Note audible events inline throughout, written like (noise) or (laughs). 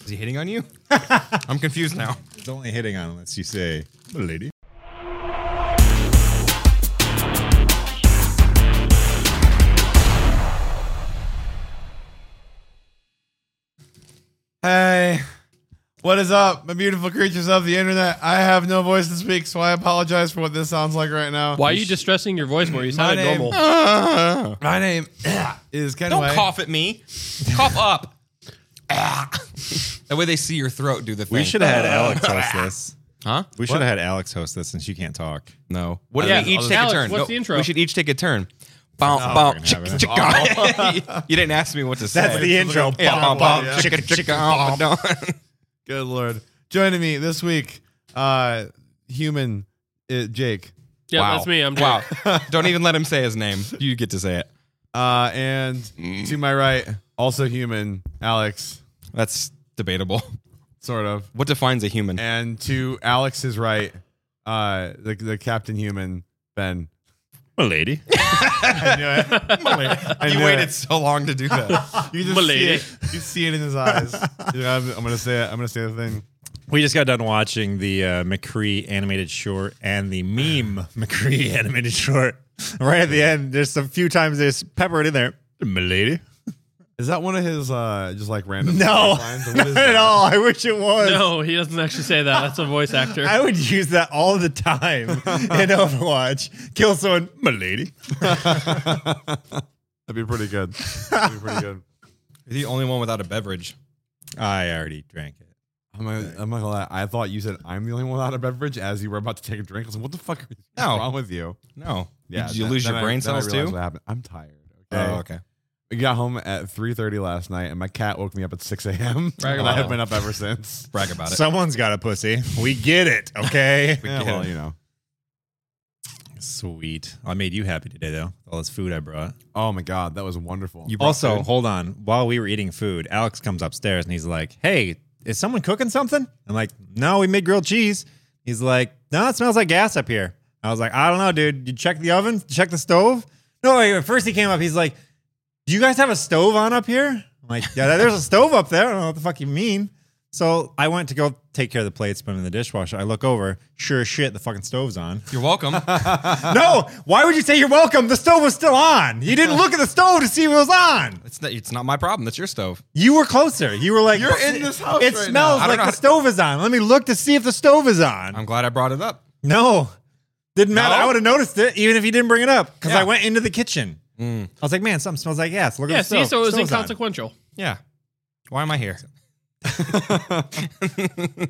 Is he hitting on you? I'm confused now. It's only hitting on unless you say, lady. Hey, what is up, my beautiful creatures of the internet? I have no voice to speak, so I apologize for what this sounds like right now. Why are you distressing your voice more? You My sounded name, normal. (laughs) my name (coughs) is Kenway. Don't cough at me. cough up. Ah. that way they see your throat do the thing. We should have had Alex host this. Huh? We should have had Alex host this since you can't talk. No. What Yeah, if we each I'll take just- a turn? Alex, what's No, the intro? We should each take a turn. Bow, bow, we're gonna have chicka, it. chicka. you didn't ask me what to say. intro. yeah, bow, bow, ah, Yeah. chicka, chicka, bow, bow. Good lord. Joining me this week, uh, human uh, Jake, Yeah, Wow. that's me. I'm Wow. Jake. (laughs) Don't even let him say his name. You get to say it. uh, and to my right, also human Alex, That's debatable. sort of, What defines a human? and to Alex's right, uh, the the Captain Human Ben. lady. (laughs) I knew it. I You knew waited it. so long to do that. You just see Milady. it. You see it in his eyes. Yeah, I'm, I'm gonna say it. I'm gonna say the thing. We just got done watching the uh, McCree animated short and the (sighs) meme McCree (laughs) animated short. Right at the end, there's a few times they just pepper it in there. Milady? Is that one of his uh just like random No, (laughs) lines? Or what (laughs) not is at that? all. I wish it was. No, he doesn't actually say that. That's a voice actor. I would use that all the (laughs) time in Overwatch. Kill someone, milady. That'd be pretty good. That'd be pretty good. You're the only one without a beverage. I already drank it. I'm not, I'm not gonna lie. I thought you said I'm the only one without a beverage as you were about to take a drink. I was like, what the fuck is (laughs) No. wrong with you? No. Yeah, Did you then- lose then your I- brain then I cells realized too? What happened? I'm tired. Okay. Oh, okay. I got home at 3:30 last night, and my cat woke me up at (laughs) 6 a.m. Brag and I about have it. been up (laughs) ever since. Brag about it. Someone's got a pussy. We get it, (laughs) okay? Yeah, well, you know. Sweet. I made you happy today, though. with All this food I brought. Oh my god, that was wonderful. You brought Also, food? hold on. While we were eating food, Alex comes upstairs and he's like, "Hey, is someone cooking something?" I'm like, "No, we made grilled cheese." He's like, "No, it smells like gas up here." I was like, "I don't know, dude. You check the oven? Check the stove?" No, wait, at first he came up. He's like, "Do you guys have a stove on up here?" I'm like, "Yeah, there's a stove up there. I don't know what the fuck you mean." So I went to go take care of the plates, put them in the dishwasher. I look over. Sure as shit, the fucking (laughs) stove's on. You're welcome. no, why would you say you're welcome? The stove was still on. You didn't look at the stove to see if it was on. it's, not, it's not my problem. That's your stove. You were closer. You were like, You're in this house right It smells now. I don't like know the how to- stove is on. Let me look to see if the stove is on. I'm glad I brought it up. no, didn't matter. No? I would have noticed it even if you didn't bring it up because Yeah. Mm. I went into the kitchen. I was like, man, something smells like gas. Look yeah, at the see, stove. so it was Stove's on. inconsequential. Yeah. Why am I here? Uh,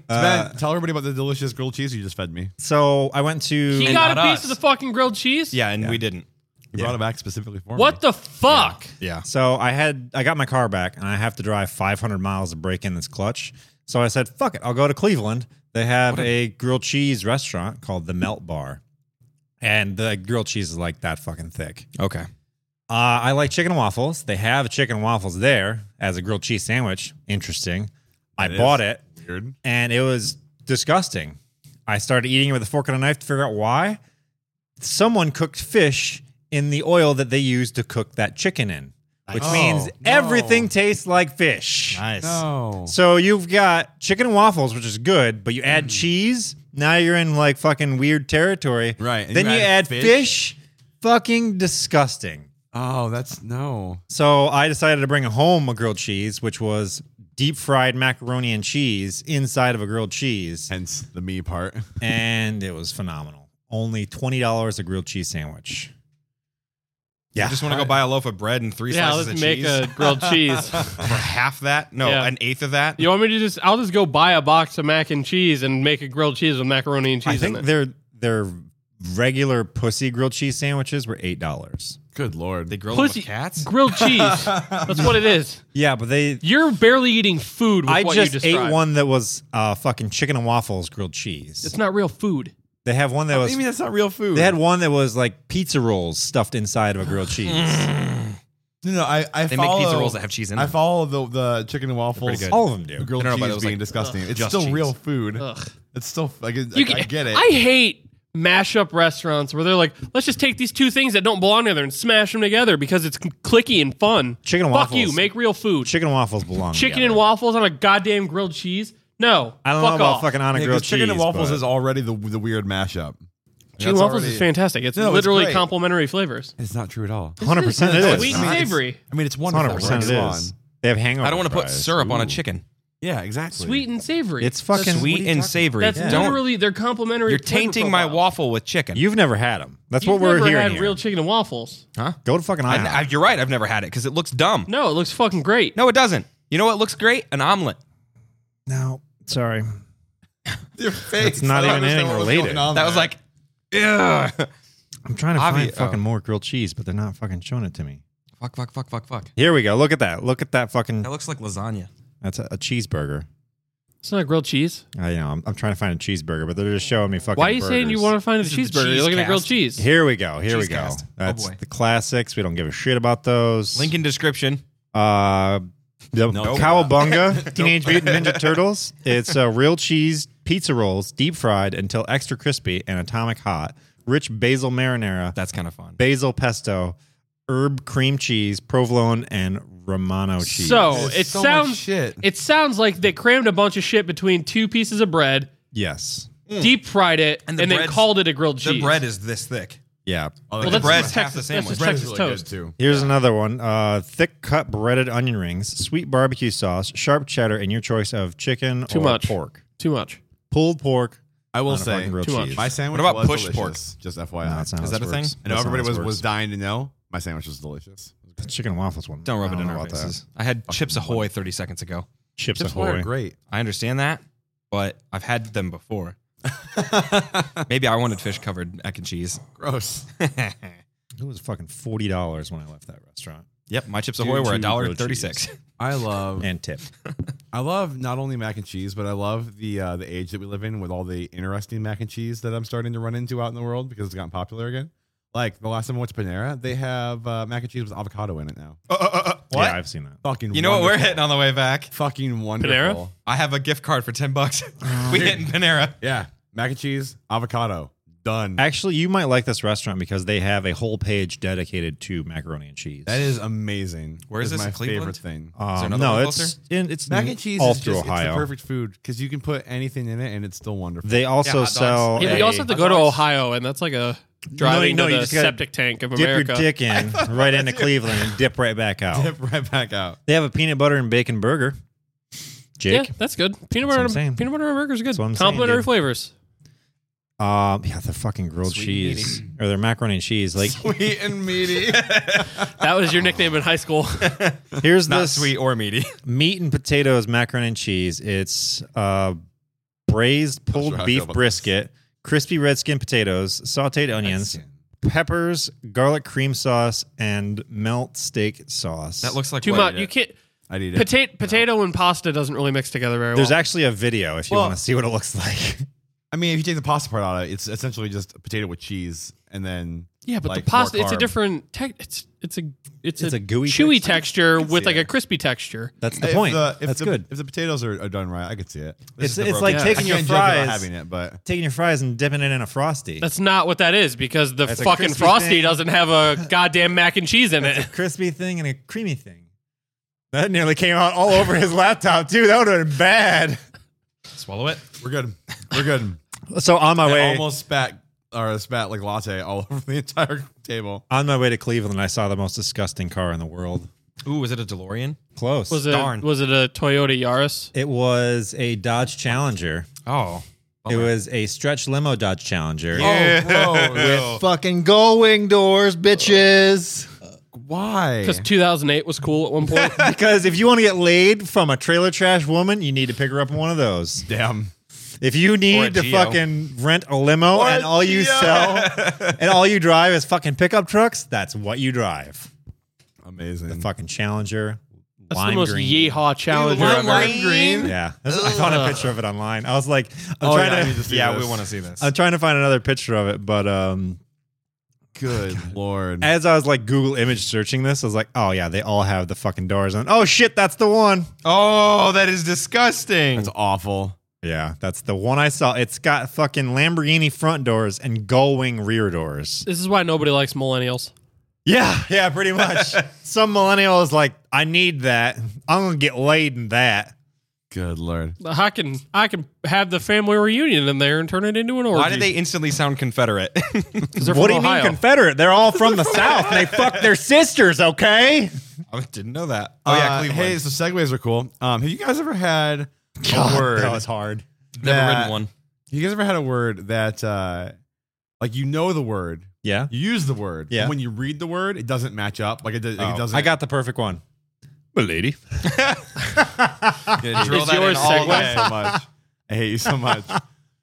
ben, tell everybody about the delicious grilled cheese you just fed me. So I went to. He And got a not piece us. of the fucking grilled cheese? Yeah, and we didn't. You brought it back specifically for me. What the fuck? Yeah. So I had I got my car back and I have to drive 500 miles to break in this clutch. So I said, "Fuck it, I'll go to Cleveland. They have a grilled cheese restaurant called the Melt Bar, and the grilled cheese is like that fucking thick. Okay. Uh, I like chicken and waffles. They have chicken and waffles there as a grilled cheese sandwich. Interesting. I That bought is it Weird. and it was disgusting. I started eating it with a fork and a knife to figure out why. Someone cooked fish in the oil that they used to cook that chicken in, which Nice. means Oh, everything no. tastes like fish. Nice. No. So you've got chicken and waffles, which is good, but you Mm. add cheese, now you're in like fucking weird territory. Right, and Then you, you add add fish. fish? fucking disgusting. Oh, that's no. So I decided to bring home a grilled cheese, which was deep fried macaroni and cheese inside of a (laughs) grilled cheese. Hence the me part. and it was phenomenal. Only twenty dollars a grilled cheese sandwich. I just want to go buy a loaf of bread and three Yeah, slices let's of make cheese a grilled cheese. for half that. No, Yeah. an eighth of that. You want me to just? I'll just go buy a box of mac and cheese and make a grilled cheese with macaroni and I cheese in think it. their their regular pussy grilled cheese sandwiches were eight dollars. Good lord. They grill them with Pussy cats. grilled cheese. That's what it is. Yeah, but they. You're barely eating food. With I what you just ate described. one that was uh, fucking chicken and waffles grilled cheese. It's Oh, not real food. They have one that I was. mean, that's not real food. They had one that was like pizza rolls stuffed inside of a (laughs) grilled cheese. no, no. I, I They make follow, pizza rolls that have cheese in I them. follow the the chicken and waffles. pretty good. All of them do. grilled I don't know, but cheese it was being like, disgusting. it's just still cheese. real food. Ugh. It's still like I, You I get it. I hate mashup restaurants where they're like, let's just take these two things that don't belong together and smash them together because it's clicky and fun. Chicken and Fuck waffles. you. Make real food. Chicken and waffles belong. Chicken together. and waffles on a goddamn grilled cheese. No. I don't fuck know about off. fucking on a Yeah, 'cause grilled cheese. chicken and waffles but- is already the the weird mashup. Chicken and That's waffles already- is fantastic. It's No, it's literally great. complimentary flavors. It's not true at all. 100% it is. Sweet and It's- savory. I mean, it's wonderful. 100% it Come is. on. They have hangover. I don't want to put fries. syrup on a Ooh. chicken. Yeah, exactly. Sweet and savory. It's fucking Sweet and savory. That's Don't. literally they're complimentary. You're flavor tainting my profiles. waffle with chicken. You've never had them. That's You've what we're never hearing had here. real chicken and waffles. huh? Go to fucking I, IHOP. I- you're right. I've never had it because it looks dumb. No, it looks fucking great. No, it doesn't. You know what looks great? An omelet. no, sorry. Your face. It's not I don't even understand anything what was related. going on That was there. like, ugh. I'm trying to Obvi- find fucking oh. more grilled cheese, but they're not fucking showing it to me. Fuck, fuck, fuck, fuck, fuck. Here we go. Look at that. Look at that fucking. That looks like lasagna. That's a, a cheeseburger. It's not grilled cheese. I know. I'm, I'm trying to find a cheeseburger, but they're just showing me fucking. Why are you saying you want to find a This is the cheeseburger? cheese You're looking at grilled cast. cheese. Here we go. Here we Cheese go. cast. Oh, That's boy. the classics. We don't give a shit about those. Link in description. Uh, the (laughs) Cowabunga Teenage Mutant Ninja Turtles. It's uh, real cheese pizza rolls, deep fried until extra crispy and atomic hot. Rich basil marinara, That's kind of fun. basil pesto, herb cream cheese, provolone, and Romano cheese. So It's it so much sounds shit. it sounds like they crammed a bunch of shit between two pieces of bread, yes, deep fried it, And and, the then bread's- called it a grilled The cheese. bread is this thick. yeah. Oh, well, the that's bread's just half the Texas- sandwich. That's just Bread bread is Texas really toast. good too. Here's another one: uh, thick cut breaded onion rings, sweet barbecue sauce, sharp cheddar, and your choice of chicken Too or much. pork. Too much. Pulled pork. I will on a say, fucking grilled too much. cheese. my sandwich. What about was push pork? delicious, Just FYI. No, that's not Is how that this a thing? works. I know That's not everybody how this was, was works. dying to know. My sandwich was delicious. The chicken and waffles one. Don't rub I it in know our about that. faces. I had Chips Ahoy 30 seconds ago. Chips, Chips Ahoy. were great. I understand that, but I've had them (laughs) before. Maybe I wanted fish covered mac and cheese. (laughs) Gross. It was fucking forty dollars when I left that restaurant Yep, my Chips Ahoy Due were to a dollar grilled thirty-six. (laughs) I love. and tip. I love not only mac and cheese, but I love the uh, the age that we live in with all the interesting mac and cheese that I'm starting to run into out in the world because it's gotten popular again. Like the last time I went to Panera, they have uh, mac and cheese with avocado in it now. Uh, What? Yeah, I've seen that. Fucking Oh, You know what we're (laughs) wonderful. hitting on the way back? Fucking wonderful. Panera? I have a gift card for ten bucks. we hitting Panera. Yeah, mac and cheese, avocado, done. Actually, you might like this restaurant because they have a whole page dedicated to macaroni and cheese. That is amazing. Where is It's this, my in Cleveland? Uh, favorite thing. Um, there another no, one it's in, it's Mac and cheese all is through just it's the Ohio. perfect food because you can put anything in it and it's still wonderful. They also hot dogs. sell. Yeah, but a- you also have to go to Ohio, and that's like a driving no, to you the just gotta septic tank of dip America. your dick in right into Cleveland and dip right back (laughs) out. Dip right back out. They have a peanut butter and bacon burger. Jake, Yeah, that's good. Peanut what I'm butter, saying. peanut butter and burgers are good. That's what I'm saying, Complimentary dude. flavors. um, yeah, the fucking grilled Sweet and cheese or their macaroni and cheese. Like, Sweet and meaty. That was your nickname in high school. here's Not this sweet or meaty. meat and potatoes macaroni and cheese. It's uh, braised pulled sure how I feel beef about brisket, crispy red skin potatoes, sautéed onions, peppers, garlic cream sauce, and melt steak (laughs) sauce. That looks like Too what? much. You can't. I need it. Potato, potato and pasta doesn't really mix together very There's well. actually a video if you Well- want to see what it looks (laughs) like. I mean, if you take the pasta part out of it, it's essentially just a potato with cheese and then yeah, but like, the pasta. more It's a carb. different. Tec- it's it's a it's, It's a, a gooey chewy texture. texture with see like that. a crispy texture. That's the If point. the- if That's the- good. If the potatoes are, are done right, I could see it. It's, is the it's like broken- I taking your can't judge without fries, having it, but taking your fries and dipping it in a frosty. That's not what that is because the That's a fucking crispy frosty thing. doesn't have a (laughs) goddamn mac and cheese in it. a crispy thing and a creamy thing. That nearly came out all over his laptop too. That would have been bad. Swallow it. we're good. (laughs) We're good. So on my I way, almost spat or spat like latte all (laughs) over the entire table. on my way to Cleveland, I saw the most disgusting car in the world. Ooh, was it a DeLorean? (laughs) Close. Was it Darn. was it a Toyota Yaris? It was a Dodge Challenger. Oh, It was a stretch limo Dodge Challenger. Oh, (laughs) bro. With fucking gullwing doors, bitches. Why? Because 2008 was cool at one point. (laughs) because if you want to get laid from a trailer trash woman, you need to pick her up in one of those. Damn. If you Or a need to Geo. fucking rent a limo Or a and all you Geo. (laughs) sell and all you drive is fucking pickup trucks, that's what you drive. Amazing. Fucking Challenger. That's lime the most green. yeehaw challenger lime ever. lime green? Yeah, That's- I found a picture of it online. I was like, I'm Oh, trying yeah, I to, need to see yeah, this. we want to see this. I'm trying to find another picture of it, but um, (laughs) Good lord. as I was like Google image searching this, I was like, oh yeah, they all have the fucking doors on. Oh shit, that's the one. oh, that is disgusting. That's awful. Yeah, that's the one I saw. It's got fucking Lamborghini front doors and gullwing rear doors. This is why nobody likes millennials. Yeah, yeah, (laughs) pretty much. Some millennial is like, I need that. I'm gonna get laid in that. Good lord. I can I can have the family reunion in there and turn it into an orgy. Why do they instantly sound Confederate? (laughs) 'Cause they're What from do you mean Ohio. Confederate? They're all (laughs) from the South. and They fuck their sisters, okay? I didn't know that. Oh yeah, Uh, Cleveland. hey, so segues are cool. Um, have you guys ever (laughs) had a word? that was hard. Never that- written one. You guys ever had a word that, uh, like, you know the word, Yeah. you use the word, Yeah. but when you read the word, it doesn't match up. Like it, does, like, it doesn't. Oh, I got the perfect one. But lady. Drill It's that in yours, all Segway. day. so much. I hate you so much. (laughs)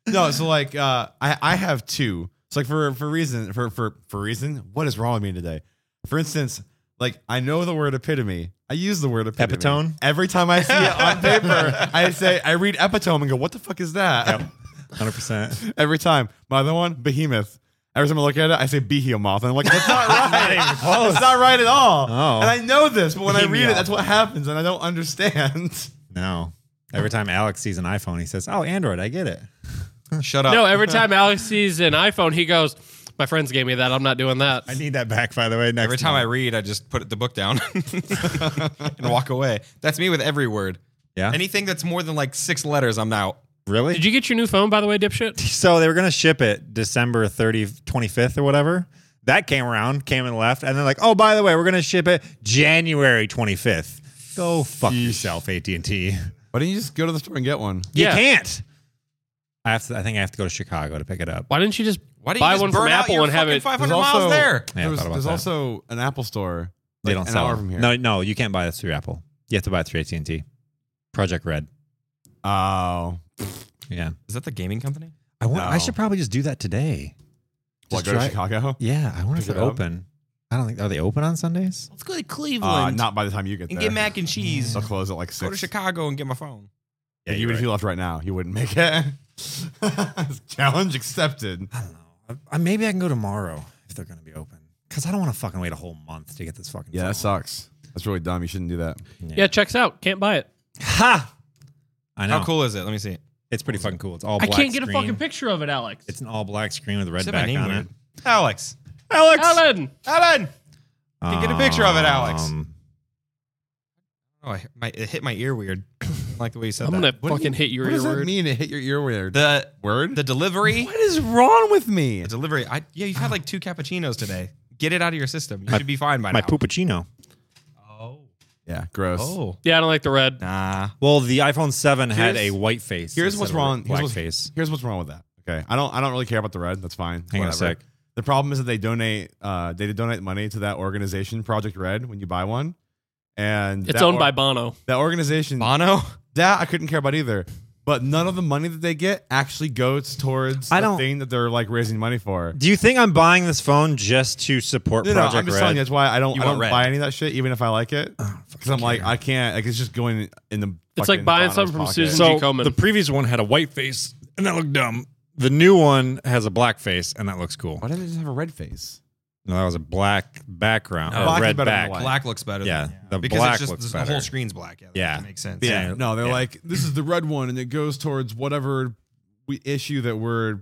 No, so like uh, I I have two. It's like for for reason for for for reason. What is wrong with me today? For instance, like I know the word epitome. I use the word epitome Epitone? every time I see it on (laughs) paper. I say I read epitome and go, "What the fuck is that?" (laughs) 100%. Every time. My other one, behemoth. Every time I look at it, I say behemoth, and I'm like, "That's not (laughs) right. Oh, It's not right at (laughs) all." Oh. And I know this, but when I read Bohemia. it, that's what happens, and I don't understand. No. Every time Alex sees an iPhone, he says, Oh, Android, I get it. (laughs) Shut up. No, (laughs) every time Alex sees an iPhone, he goes, "My friends gave me that. I'm not doing that." I need that back, by the way. Next every time I read, I just put the book down (laughs) and walk away. That's me with every word. Yeah. Anything that's more than like six letters, I'm out. Really? Did you get your new phone, by the way, dipshit? so they were going to ship it December 30, 25th or whatever. That came around, came and left. And they're like, oh, by the way, we're going to ship it January 25th. Go fuck yourself, AT&T. (laughs) Why don't you just go to the store and get one? You Yeah. can't. I have to, I think I have to go to Chicago to pick it up. Why didn't you just Why don't you buy just one burn from out Apple your and have fucking it? 500 There's miles also- there? Yeah, I there was- thought about there's that. also an Apple store. They like, don't an sell hour it. from here. No, no, you can't buy this through Apple. You have to buy it through AT&T. Project Red. Oh, Yeah. Is that the gaming company? I want, I No. should probably just do that today. what, Just go to try- Chicago? Yeah, I wonder if Pick it they're up? open. I don't think are they open on Sundays? Let's go to Uh, Cleveland not by the time you get and there. get mac and cheese. They'll close at like six. Go to Chicago and get my phone. Like, even if you left right now, you wouldn't make it. (laughs) Challenge accepted. I don't know. I, I, maybe I can go tomorrow if they're going to be open. Because I don't want to fucking wait a whole month to get this fucking. Yeah, phone. that sucks. That's really dumb. You shouldn't do that. Yeah, checks out. Can't buy it. Ha! I know. How cool is it? Let me see. It's pretty fucking cool. It's all. I Black can't get a screen. fucking picture of it, Alex. It's an all black screen with a red Said my back name on weird. it. Alex. Alex, Alan, Alan. Can get a picture of it, Alex. Um, Oh, I, my, it hit my ear weird. (coughs) I like the way you said I'm that. gonna fucking hit your What ear does that word. (laughs) mean? It hit your ear weird. the word? the delivery. what is wrong with me? The delivery. I, yeah, you've had like two cappuccinos today. Get it out of your system. You should be fine by my now. puppuccino. Oh. Yeah, gross. Oh. Yeah, I don't like the red. Nah. Well, the iPhone Seven had a Here's- white face. Here's what's instead of a wrong. Here's Black what's, face. here's what's wrong with that. Okay, I don't. I don't really care about the red. That's fine. Hang on a Whatever. sec. The problem is that they donate. Uh, they donate money to that organization, Project Red, when you buy one, and It's that owned or- by Bono. that organization. (laughs) Bono. that I couldn't care about either. But none of the money that they get actually goes towards I the don't- thing that they're like raising money for. Do you think I'm buying this phone just to support No, no, Project I'm just Red? telling you that's why I don't. You I want don't red. buy any of that shit, even if I like it, because I'm like care. I can't. Like it's just going in the. It's like fucking buying Bono's something from pocket. Susan. G. So Komen. the previous one had a white face, and that looked dumb. The new one has a black face, and that looks cool. Why don't they just have a red face? No, that was a black background. No, or black is red better than back. white. Black looks better. Yeah, than- the because black it's just looks this- the better. whole screen's black. Yeah, that Yeah. makes sense. Yeah. No, they're Yeah. like this is the red one, and it goes towards whatever we issue that we're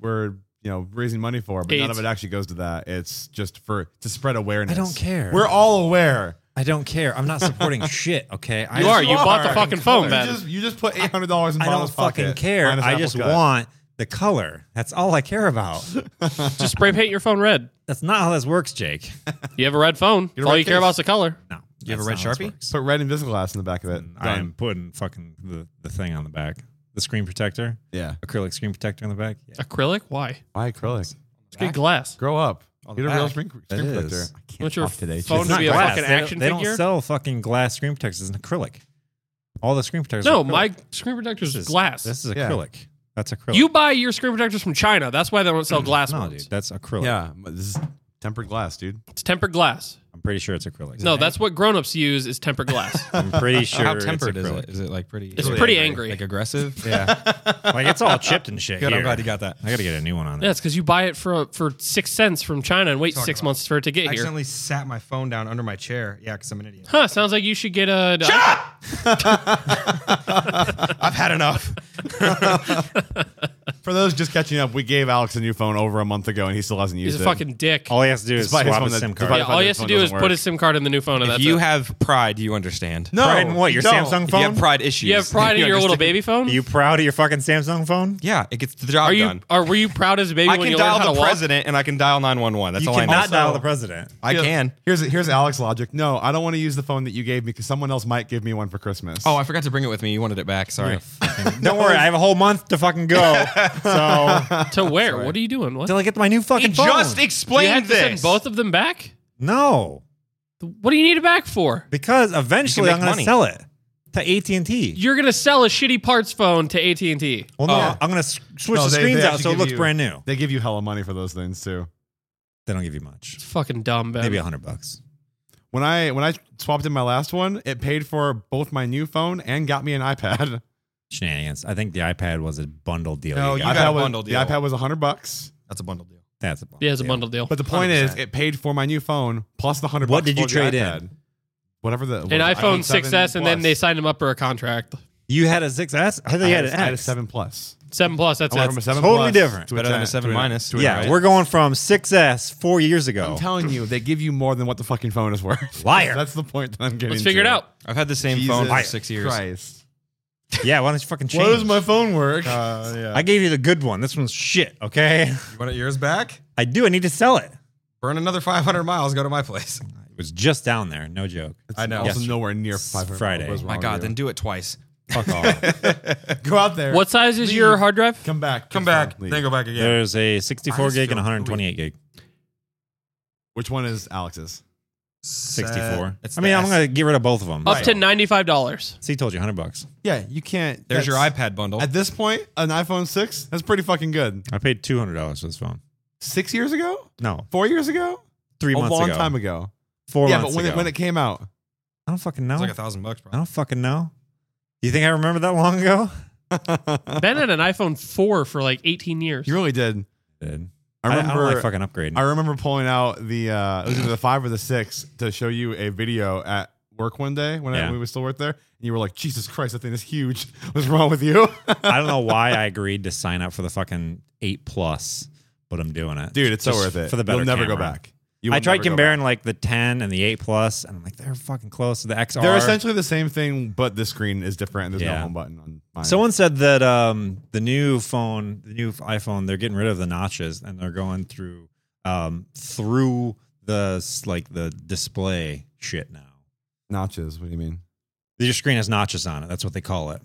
we're you know raising money for, but none AIDS. of it actually goes to that. It's just for to spread awareness. I don't care. We're all aware. I don't care. I'm not supporting (laughs) shit. Okay, I You just- are. You bought the fucking phone, You man. just, you just put eight hundred dollars in I don't Bono's pocket. fucking care. Minus I apple just cut. want the color. That's all I care about. (laughs) Just spray paint your phone red. That's not how this works, Jake. You have a red phone. a All red you care case. about is the color. No, You have a red that's not how this Sharpie? works. put red invisible glass in the back of it. I am Done. putting fucking the, the thing on the back, the screen protector, Yeah. acrylic screen protector on the back. Yeah. Acrylic? Why? Why acrylic? It's good glass. Grow up. On the Get a real back. screen, That screen is. protector. What's your talk today, phone It's to not be a glass. fucking They don't- action they don't, figure? sell fucking glass screen protectors in acrylic. All the screen protectors. No, are acrylic. my screen protector This is is- glass. This is Yeah. acrylic. That's acrylic. You buy your screen protectors from China. That's why they don't sell glass no, ones. dude, that's acrylic. Yeah. but This is tempered glass, dude. It's tempered glass. I'm pretty sure it's acrylic. No, that's what grown-ups use is tempered glass. I'm (laughs) pretty sure. How tempered it's is acrylic. it? Is it like pretty? It's pretty angry. Like aggressive. (laughs) Yeah, like it's all (laughs) chipped and shit. Good. I'm here. glad you got that. I gotta get a new one on yeah, that. it's because you buy it for uh, for six cents from China and wait Talk six about- months for it to get I here. accidentally sat my phone down under my chair. Yeah, because I'm an (laughs) idiot. Huh? Sounds like you should get a. I've had enough. For those just catching up, we gave Alex a new phone over a month ago, and he still hasn't used He's a it. fucking dick. All he has to do is Despite his swap phone that- his SIM despite- card. yeah, all His you have to phone do is doesn't put work. a SIM card in the new phone, and If that's you it. have pride, you understand. no, Pride in what? Your you don't. Samsung If you phone? have pride issues. you (laughs) have pride in your little understand. baby phone. Are you proud of your fucking Samsung phone? Yeah, it gets the job are you done. are were you proud as a baby I when can you learned how dial to the walk? president and I can dial 911. That's You all I know. cannot dial Also, the president. I Here- can. Here's here's Alex's logic. No, I don't want to use the phone that you gave me because someone else might give me one for Christmas. Oh, I forgot to bring it with me. You wanted it back. Sorry. Don't worry, I have a whole month to (laughs) fucking go. So To where? What are you doing? What? till I get my new He fucking phone. just you explained had to this. send both of them back. no, What do you need it back for? because eventually make I'm gonna money. sell it to AT and T. You're gonna sell a shitty parts phone to AT and T. Well, no, Oh. I'm gonna s- switch No, the they- screens they out actually so it give looks you- brand new. They give you hella money for those things too. They don't give you much. It's fucking dumb, Ben. Maybe a hundred bucks. When I when I swapped in my last one, it paid for both my new phone and got me an iPad. Shenanigans. I think the iPad was a bundle deal. No, you you got. got a was, bundle the deal. iPad was hundred bucks, That's a bundle deal. That's a bundle. yeah, it's a deal. bundle deal. but the point is, 100%. it paid for my new phone plus the hundred. What did you trade in? Whatever the An iPhone, 6S, 6S, and then they signed him up for a contract. You had a 6S? I thought I you had had, a- an I had a X. seven plus. Seven Plus. That's I went it. from a seven totally plus different. to Better than a ten- seven to minus. to Yeah, ten. we're going from 6S four years ago. Oh. I'm telling you, they give you more than what the fucking phone is worth. (laughs) Liar. That's the point that I'm getting. Let's figure it to. out. I've had the same Jesus phone for six years. Christ. yeah, why don't you fucking change? Why does my phone work? (laughs) I gave you the good one. This one's shit, okay? (laughs) You want yours back? I do. I need to sell it. Burn another 500 miles. Go to my place. It was just down there. No joke. I know. Also Yes. nowhere near It's 500. Friday. What was wrong My with God, you? then do it twice. Fuck (laughs) off. go out there. What size is Leave. your hard drive? Come back. Come Just back. leave. Then go back again. There's a 64 Honest gig and feeling. 128 gig. Which one is Alex's? 64. It's I mean, the I'm S. going to get rid of both of them. Up to ninety five (laughs) dollars. See, told you 100 bucks. Yeah, you can't. There's your that's- iPad bundle. At this point, an iPhone 6, that's pretty fucking good. I paid $200 for this phone. Six years ago? No, Four years ago? three a months long ago. time ago. Four yeah, months but when ago. it, when it came out, I don't fucking know. It's I like a thousand bucks, I bro. don't fucking know. You think I remember that long ago? Ben had an iPhone four for like eighteen years. (laughs) you really did. I did. I I, I remember. don't like fucking upgrading. I remember pulling out the uh, it was either the five or the six to show you a video at work one day when I, Yeah. we were still work there, and you were like, "Jesus Christ, that thing is huge. (laughs) What's wrong with you, I don't know (laughs) why I agreed to sign up for the fucking eight plus, but I'm doing it, dude? It's so Just worth it. For the better, You'll never go camera. back. You will I tried never go comparing like the ten and the eight plus, and I'm like, they're fucking close to the XR. back. They're essentially the same thing, but the screen is different. and There's no Yeah. home button on mine. Someone said that um, the new phone, the new iPhone, they're getting rid of the notches and they're going through um, through the s- like the display shit now. notches. What do you mean? Your screen has notches on it. That's what they call it.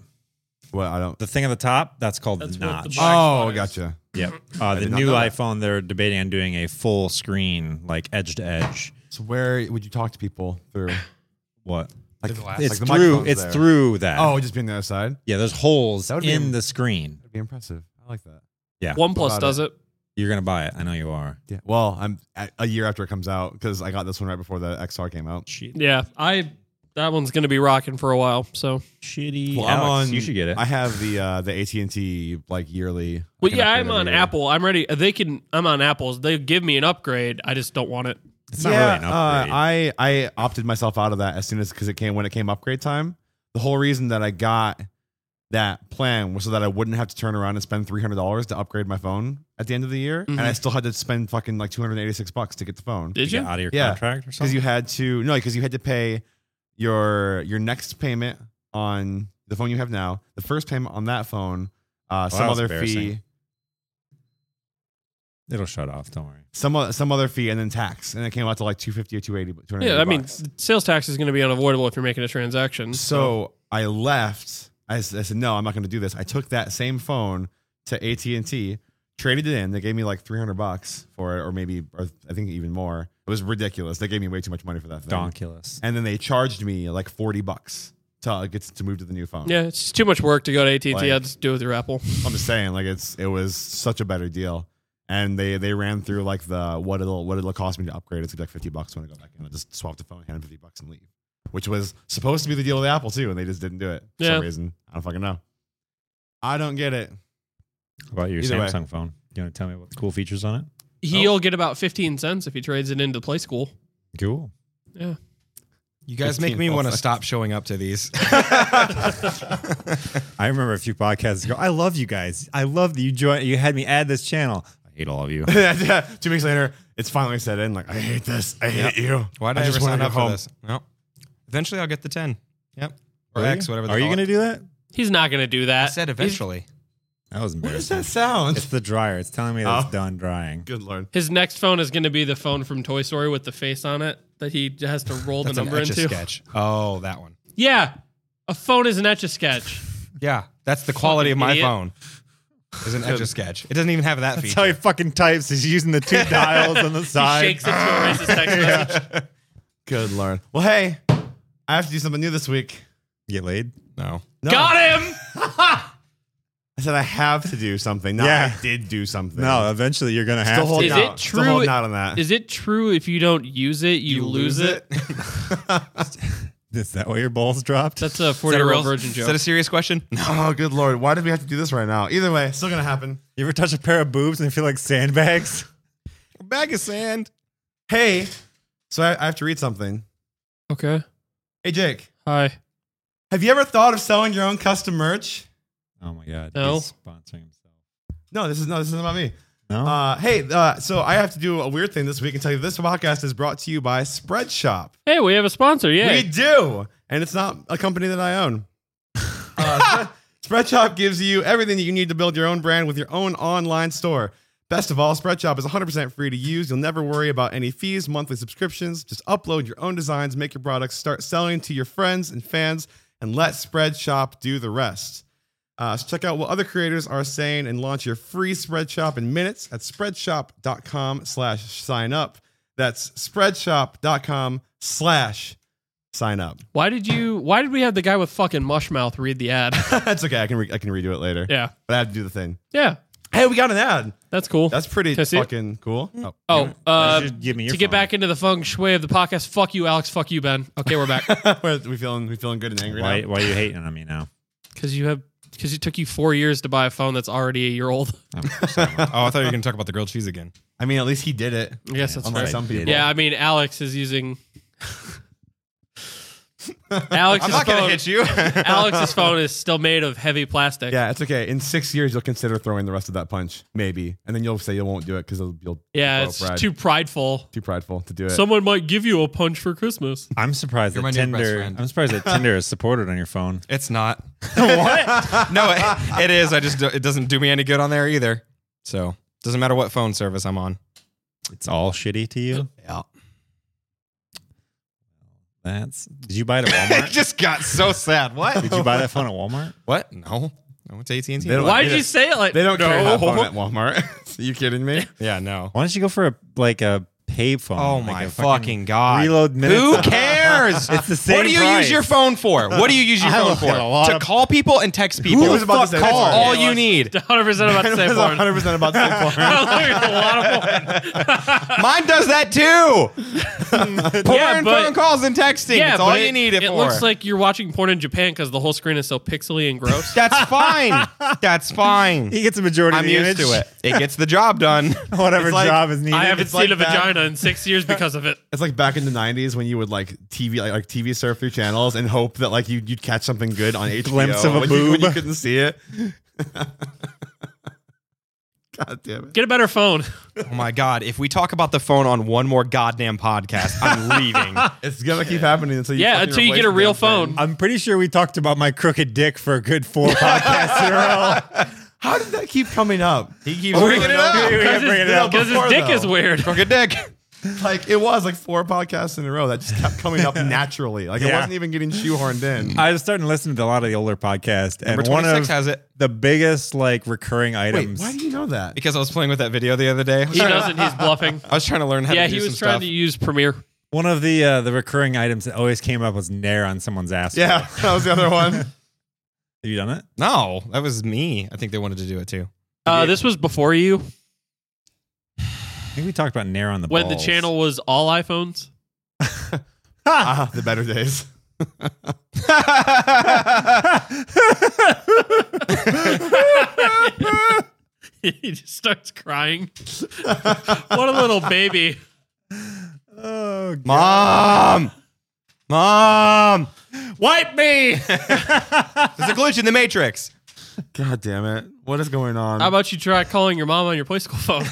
Well, I don't. The thing at the top, that's called That's the what the notch. box- Oh, Xbox. gotcha. (laughs) yep. Uh, the did not new know that. iPhone, they're debating on doing a full screen, like edge to edge. So where would you talk to people through? What? Like, the last- It's the through. microphone's It's there. through that. Oh, just being the other side. yeah. There's holes That would be in im- the screen. That'd be impressive. I like that. One Plus About does it. You're gonna buy it. I know you are. Yeah. Well, I'm a- a year after it comes out because I got this one right before the XR came out. Yeah, I that one's gonna be rocking for a while. So, Shitty. Well, Alex, I'm on. you should get it. I have the uh, the AT and T like yearly. well, I can yeah, upgrade I'm every on year. Apple. I'm ready. They can. I'm on Apple's. They give me an upgrade. I just don't want it. it's yeah, not really an uh, upgrade. I I opted myself out of that as soon as because it came when it came upgrade time. The whole reason that I got that plan was so that I wouldn't have to turn around and spend three hundred dollars to upgrade my phone at the end of the year, Mm-hmm. and I still had to spend fucking like two hundred eighty six bucks to get the phone. Did you you? get out of your Yeah. contract or because something? you had to no because you had to pay your your next payment on the phone you have now the first payment on that phone uh, some that was other fee embarrassing. It'll shut off. Don't worry. some o- some other fee and then tax and it came out to like 250 or 280 280 Yeah, I mean, bucks. sales tax is going to be unavoidable if you're making a transaction. so i left I, s- I said no i'm not going to do this i took that same phone to at&t traded it in they gave me like 300 bucks for it or maybe or i think even more it was ridiculous they gave me way too much money for that thing Donkulous. and then they charged me like 40 bucks to uh, get to move to the new phone yeah, it's too much work to go to AT&T. Like- I'll just do it with your Apple. I'm just saying, like it's it was such a better deal, and they they ran through like the what it'll what it'll cost me to upgrade. It's like 50 bucks when I go back in. I just swap the phone, hand 'em 50 bucks, and leave. Which was supposed to be the deal with Apple too, and they just didn't do it for Yeah. some reason. I don't fucking know. I don't get it. (laughs) How about your Either way. Samsung phone? Do you want to tell me what the cool features on it? He'll get about 15 cents if he trades it into Play School. Cool. Yeah. You guys make 15 me want to bucks. stop showing up to these. I remember a few podcasts ago. I love you guys. I love that you joined. You had me add this channel. I hate all of you. Two weeks later, it's finally set in. Like I hate this. I hate you. Why did I, just ever wanna sign go up for this? No. Eventually, I'll get the ten. Yep. Or Really? X, whatever. they Are you call going to it. do that? He's not going to do that. I said He's- eventually. That was What does embarrassing. that sound? It's the dryer. It's telling me that Oh. it's done drying. Good lord. his next phone is going to be the phone from Toy Story with the face on it that he has to roll the That's an number etch a into. sketch. Oh, that one. Yeah, a phone is an etch a sketch. Yeah, that's the quality of my idiot. phone. Is an etch a sketch. It doesn't even have that That's feature. how he fucking types. He's using the (laughs) two dials on the He side. shakes it to erase his text message. Good lord. Well, hey, I have to do something new this week. Get laid. no. No, Got him. I said I have to do something. Not Yeah. I did do something. No, eventually you're gonna have Still holding Is to. it out. Still true- holding out on that. Is it true if you don't use it, you, lose, it? Is that why your balls dropped? That's a Is that, a real, forty-year-old virgin is joke. that a serious question? No. oh, good lord. Why did we have to do this right now? Either way, it's still gonna happen. you ever touch a pair of boobs and feel like sandbags? (laughs) Bag of sand. Hey, so I, I have to read something. okay. Hey, Jake, Hi. have you ever thought of selling your own custom merch? (laughs) Oh my god. No. He's sponsoring himself. No, this is no, this isn't about me. No. Uh, hey, uh, so I have to do a weird thing this week and tell you this podcast is brought to you by Spreadshop. Hey, we have a sponsor. We Yeah. do, and it's not a company that I own. (laughs) Uh, Spread- Spreadshop gives you everything that you need to build your own brand with your own online store. Best of all, Spreadshop is 100% free to use. You'll never worry about any fees, monthly subscriptions. Just upload your own designs, make your products, start selling to your friends and fans, and let Spreadshop do the rest. Uh, so check out what other creators are saying and launch your free Spreadshop in minutes at spreadshop.com slash sign up. That's spreadshop.com slash sign (laughs) up. Why did you? Why did we have the guy with fucking mush mouth read the ad? That's okay. I can re- I can redo it later. (laughs) yeah. But I have to do the thing. Yeah. Hey, we got an ad. That's cool. That's pretty Can I see it? fucking cool. Oh. oh. You Uh, should give me your to get phone. back into the feng shui of the podcast, fuck you, Alex. Fuck you, Ben. Okay, we're back. Oh. (laughs) We're- we feeling we feeling good and angry Why, now. why are you hating on me now? Because you have. Because it took you four years to buy a phone that's already a year old. (laughs) Oh, I thought you were going to talk about the grilled cheese again. I mean, at least he did it. I guess Oh that's Unlike right. some people. Yeah, I mean, Alex (laughs) is using. Alex's (laughs) I'm not going to phone. hit you. (laughs) Alex's phone is still made of heavy plastic. Yeah, it's okay. In six years, you'll consider throwing the rest of that punch, maybe, and then you'll say you won't do it because you'll Yeah, you'll it's pride- too prideful. too prideful to do it. Someone might give you a punch (laughs) for Christmas. I'm surprised You're that my new best Tinder. friend. I'm surprised that Tinder is supported on your phone. it's not. what? (laughs) No, it, it is. I just do, it doesn't do me any good on there either. So doesn't matter what phone service I'm on. It's all shitty to you. Yeah. That's. Did you (laughs) buy it at It Walmart? just got so sad. What? Did you (laughs) buy that phone at Walmart? What? No. No, it's AT and T. They don't- Why they did you don't- say it like they don't no. carry that phone (laughs) at Walmart. (laughs) Are you kidding me? Yeah. No. Why don't you go for a like a pay phone? Oh like my a fucking god! reload minutes. Who cares? It's the same What do you price. use your phone for? What do you use your I phone look at for? a lot To of- call people and text people. was about Fuck to say that call part. all Yeah, you (laughs) need. 100% (laughs) about the It same was (laughs) porn. 100% about the (laughs) same porn. There's a lot of (laughs) porn. Mine does that too. Porn, Yeah, but- phone calls, and texting. Yeah, it's all but you it- need it, It for. looks like you're watching porn in Japan because the whole screen is so pixely and (laughs) gross. That's fine. That's fine. He gets a majority. I'm of the used image. to it. It gets the job done. (laughs) Whatever It's like- job is needed. I haven't It's seen (laughs) like a that. vagina in six years (laughs) because of it. It's like back in the '90s when you would like TV, like, like TV surf through channels and hope that like you you'd catch something good on HBO. Glimpse of a when you, when you boob. couldn't see it. (laughs) God damn it! Get a better phone. oh my god! If we talk about the phone on one more goddamn podcast, (laughs) Oh, I'm leaving. It's gonna keep happening until you (laughs) Yeah, fucking until you replace get a the real damn thing. phone. I'm pretty sure we talked about my crooked dick for a (laughs) good four podcasts in a row. How did that keep coming up? He (laughs) keeps bringing it up. We Because gotta bring it his, up. because his before, dick though. is weird. Crooked dick. Like it was like four podcasts in a row that just kept coming up naturally. Like it Yeah. wasn't even getting shoehorned (laughs) in. I was starting to listen to a lot of the older podcasts, (laughs) and Number one 26 of has it. the biggest like recurring Wait, items. why do you know that? Because I was playing with that video the other day. I was (laughs) He trying to- doesn't. He's bluffing. I was trying to learn how Yeah, to do he was some trying stuff. to use Premiere. one of the uh, the recurring items that always came up was nair on someone's (laughs) ass. Yeah, that was the other one. have you done it? no, that was me. I think they wanted to do it too. Uh, this was before you, I think we talked about nair on the when the balls. channel was all iPhones. (laughs) (laughs) ah, the better days. he just starts crying. what a little baby. Oh, God. Mom, Mom, (laughs) Wipe me. there's a glitch in the matrix. God damn it! What is going on? How about you try calling your mom on your bicycle phone?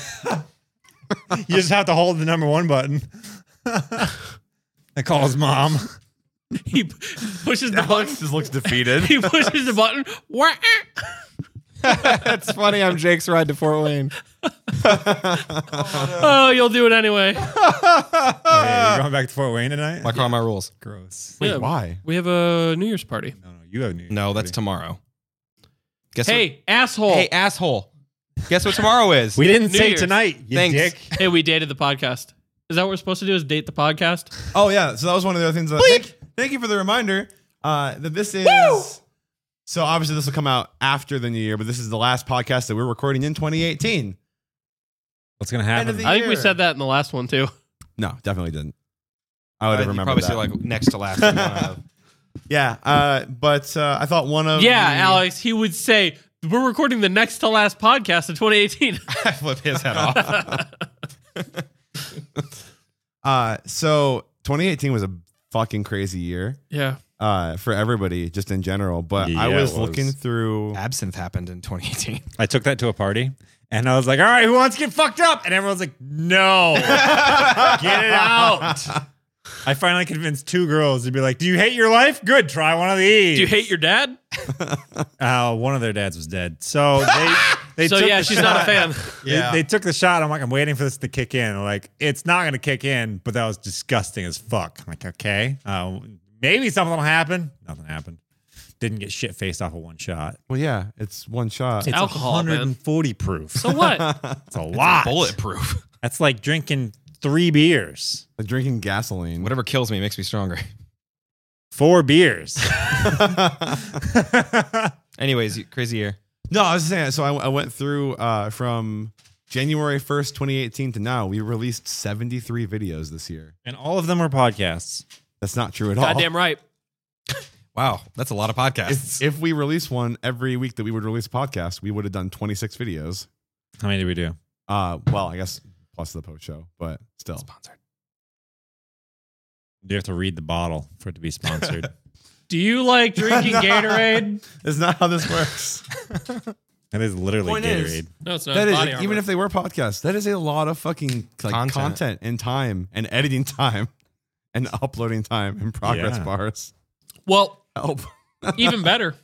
You just have to hold the number one button. (laughs) I call his mom. he p- pushes the button. just looks defeated. (laughs) He pushes the button. Wah! (laughs) That's funny. I'm Jake's ride to Fort Wayne. Oh, you'll do it anyway. Hey, you going back to Fort Wayne tonight? My car, my rules. Gross. Yeah, Why? We have a New Year's party. No, no, you have news. No, that's tomorrow. Guess Hey, asshole. what? hey, asshole. Guess what tomorrow is? we didn't New say Year's. tonight. You Thanks. dick. hey, we dated the podcast. Is that what we're supposed to do? Is date the podcast? (laughs) Oh yeah, so that was one of the other things. That, thank, thank you for the reminder. Uh, that this is so obviously this will come out after the new year, but this is the last podcast that we're recording in 2018. What's gonna End of happen? the I think we year. said that in the last one too. No, definitely didn't. I would have You probably remembered that. say like next to last. one uh, of- yeah, uh, but uh, I thought one of yeah, the- Alex. He would say we're recording the next to last podcast of (laughs) 2018. I flip his head off. Uh, so 2018 was a fucking crazy year yeah. uh, for everybody, just in general. But I Yeah, it was, was. looking through. Absinthe happened in 2018. I took that to a party and I was like, all right, who wants to get fucked up? And everyone's like, no, get it out. I finally convinced two girls to be like, do you hate your life? Good, try one of these. Do you hate your dad? Uh, one of their dads was dead. So (laughs) they, they so took yeah, the she's shot. not a fan. They- They, took the shot. I'm like, I'm waiting for this to kick in. I'm like, it's not going to kick in, but that was disgusting as fuck. I'm like, okay, uh, maybe something will happen. Nothing happened. Didn't get shit faced off of one shot. Well, yeah, it's one shot. It's Alcohol, man. 140 proof. (laughs) So what? It's a lot. Bulletproof. That's like drinking three beers, Like drinking gasoline. Whatever kills me makes me stronger. four (laughs) beers. Anyways, you- crazy year. No, I was just saying. So I, I went through uh, from January 1st, 2018 to now. We released 73 videos this year. and all of them are podcasts. That's not true at all. Goddamn right. Wow, that's a lot of podcasts. (laughs) If, if we release one every week that we would release a podcast, we would have done 26 videos. How many do we do? Uh, well, I guess plus the post show, but still. Sponsored. You have to read the bottle for it to be (laughs) sponsored. Do you like drinking No. Gatorade? It's not how this works. (laughs) that is literally Point Gatorade. is- No, it's not. that It's is body armor. even if they were podcasts. That is a lot of fucking like, Content. content. and time and editing time (laughs) and uploading time and progress Yeah. bars. well, (laughs) Help. even better.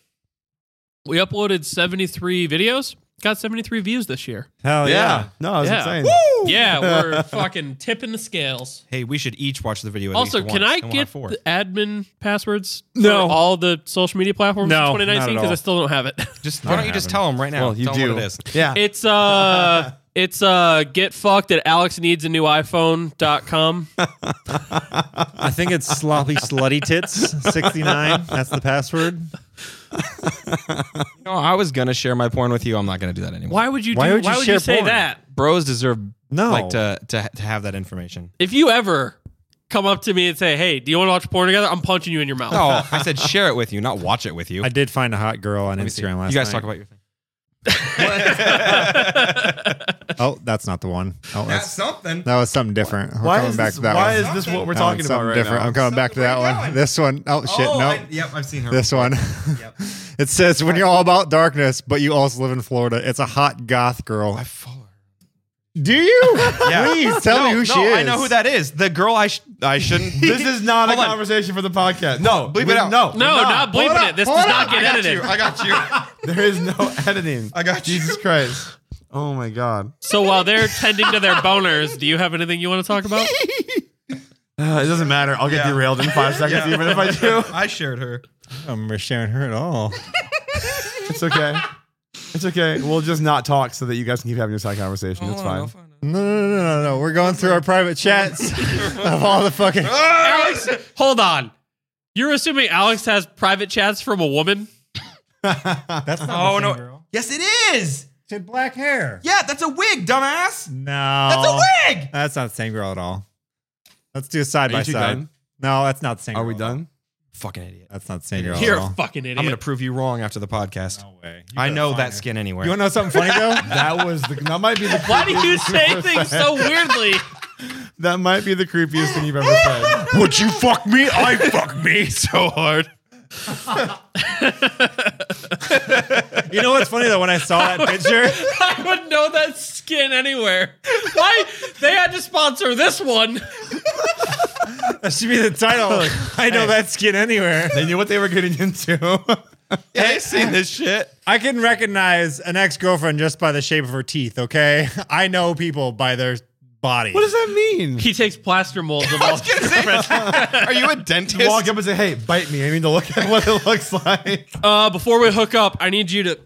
We uploaded 73 videos, got 73 views this year. Hell yeah. No, I was Yeah. insane. Yeah, we're fucking tipping the scales. Hey, we should each watch the video. At Also, least can once, I and we'll have get four. the admin passwords No. for all the social media platforms No, in not 2019? at Because all. I still don't have it. (laughs) just why don't you just tell them right now? Well, you tell 'em do. what it is. Yeah. It's (laughs) uh it's uh get fucked at alexneedsanewiphone.com. I think it's sloppy slutty tits 69. That's the password. No, I was gonna share my porn with you. I'm not gonna do that anymore. (laughs) Why would you do, Why would you share say porn? that? Bros deserve No. like to, to to have that information. If you ever come up to me and say, "Hey, do you want to watch porn together?" I'm punching you in your mouth. (laughs) No, I said share it with you, not watch it with you. I did find a hot girl on Let me see. Instagram last You guys night. talk about your (laughs) thing. (laughs) Oh, that's not the one. Oh, that's, something. that was something different. We're Why coming is back this, to that why one. is this what we're That talking one's about something right different. now? I'm coming back to that where you one. going? This one. Oh, shit. No. yep, I've seen her. this one. (laughs) it says, when you're all about darkness, but you also live in Florida, it's a hot goth girl. I follow her. Do you? (laughs) Yeah. Please tell me who she is. I know who that is. The girl I sh- I (laughs) shouldn't. This is not a Hold on. conversation for the podcast. No, Bleep it we- out. No, No, not bleeping it. This does not get edited. I got (laughs) you. there is no (laughs) editing. I got you. Jesus Christ. Oh my God. So (laughs) while they're tending to their boners, do you have anything you want to talk about? Uh, it doesn't matter. I'll (laughs) get Yeah. derailed in five seconds, even if I (laughs) do. I shared her. I don't remember sharing her (laughs) at all. It's okay. It's okay. We'll just not talk so that you guys can keep having your side conversation. Oh, It's fine. No, no, no, no, no. We're going through our private chats of all the (laughs) fucking. Alex, hold on. You're assuming Alex has private chats from a woman? That's not Oh no! Yes, it is. She had black hair. Yeah, that's a wig, dumbass. No. That's a wig. That's not the same girl at all. Let's do a side Are by you two side. done? No, that's not the same. Are girl we at all. done? Fucking idiot. That's not the same girl. You're at a all. fucking idiot. I'm gonna prove you wrong after the podcast. No way. I know that skin anywhere. You want (laughs) to know something funny though? That was the. That might be the. Why do you say things so weirdly? That might be the creepiest thing you've ever said. Would you fuck me? I fuck me so (laughs) hard. You know what's funny though? When I (laughs) saw that picture, I would know that skin anywhere. Why they had to sponsor this one? that should be the title. I know that skin anywhere. They knew what they were getting into. (laughs) Yeah, I (laughs) seen this shit. I can recognize an ex girlfriend just by the shape of her teeth. Okay, I know people by their body. what does that mean? He takes plaster molds (laughs) of all. Are you a dentist? Walk up and say, "Hey, bite me." I mean to look at what it looks like. Uh, before we hook up, I need you to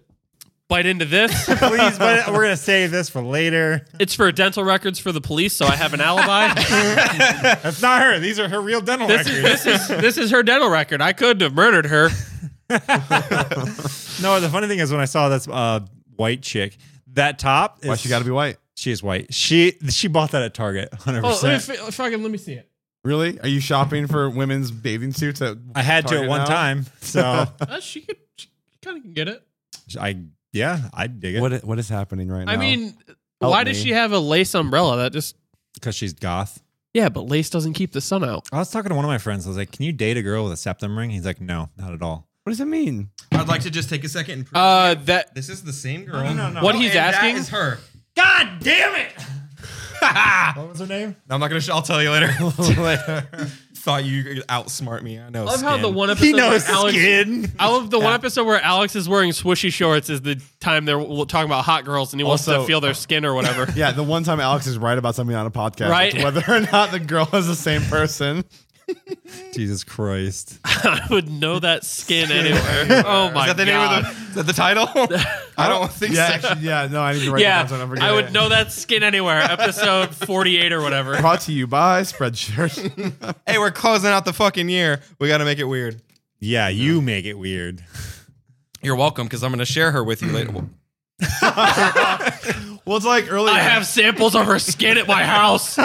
bite into (laughs) this. Please, but we're gonna save this for later. it's for dental records for the police, so I have an (laughs) alibi. That's not her. These are her real dental this records. is this is this is her dental record. I couldn't have murdered her. No, the funny thing is when I saw this uh, white chick, that top. Is, Why she got to be white? She is white. She she bought that at Target. Hundred Oh, percent. let me, f- fucking let me see it. Really? Are you shopping for women's bathing suits? At I had to Target at one now? time. So (laughs) Uh, she could she kind of can get it. I yeah I dig it What i- What is happening right now? I mean, Help why does me. she have a lace umbrella? That just because she's goth. yeah, but lace doesn't keep the sun out. I was talking to one of my friends. I was like, "Can you date a girl with a septum ring?" He's like, "No, not at all." what does it mean? I'd like to just take a second and prove Uh, that this is the same girl. no, no. What he's asking? That is her. God damn it! (laughs) what was her name? I'm not gonna. Sh- I'll tell you (laughs) later. (laughs) Thought you could outsmart me. I know. I love how the skin. one episode He knows where Alex, skin. I love the one episode where Alex is wearing swooshy shorts is the time they're w- talking about hot girls and he wants Also- to feel their skin or whatever. Yeah, the one time Alex is right about something on a podcast, Right. it's whether or not the girl is the same person. Jesus Christ! (laughs) I would know that skin anywhere. Oh my Is that the god. name (laughs) of the? Is that the title? I don't think (laughs) Yeah, so. actually, yeah. No, I need to write yeah, it down so I don't forget. I would it. know that skin anywhere. Episode forty-eight or whatever. (laughs) Brought to you by (laughs) Spreadshirt. (laughs) Hey, we're closing out the fucking year. We got to make it weird. Yeah, you make it weird. You're welcome, because I'm gonna share her with you (clears throat) later. well, it's like earlier. I have samples of her skin at my house.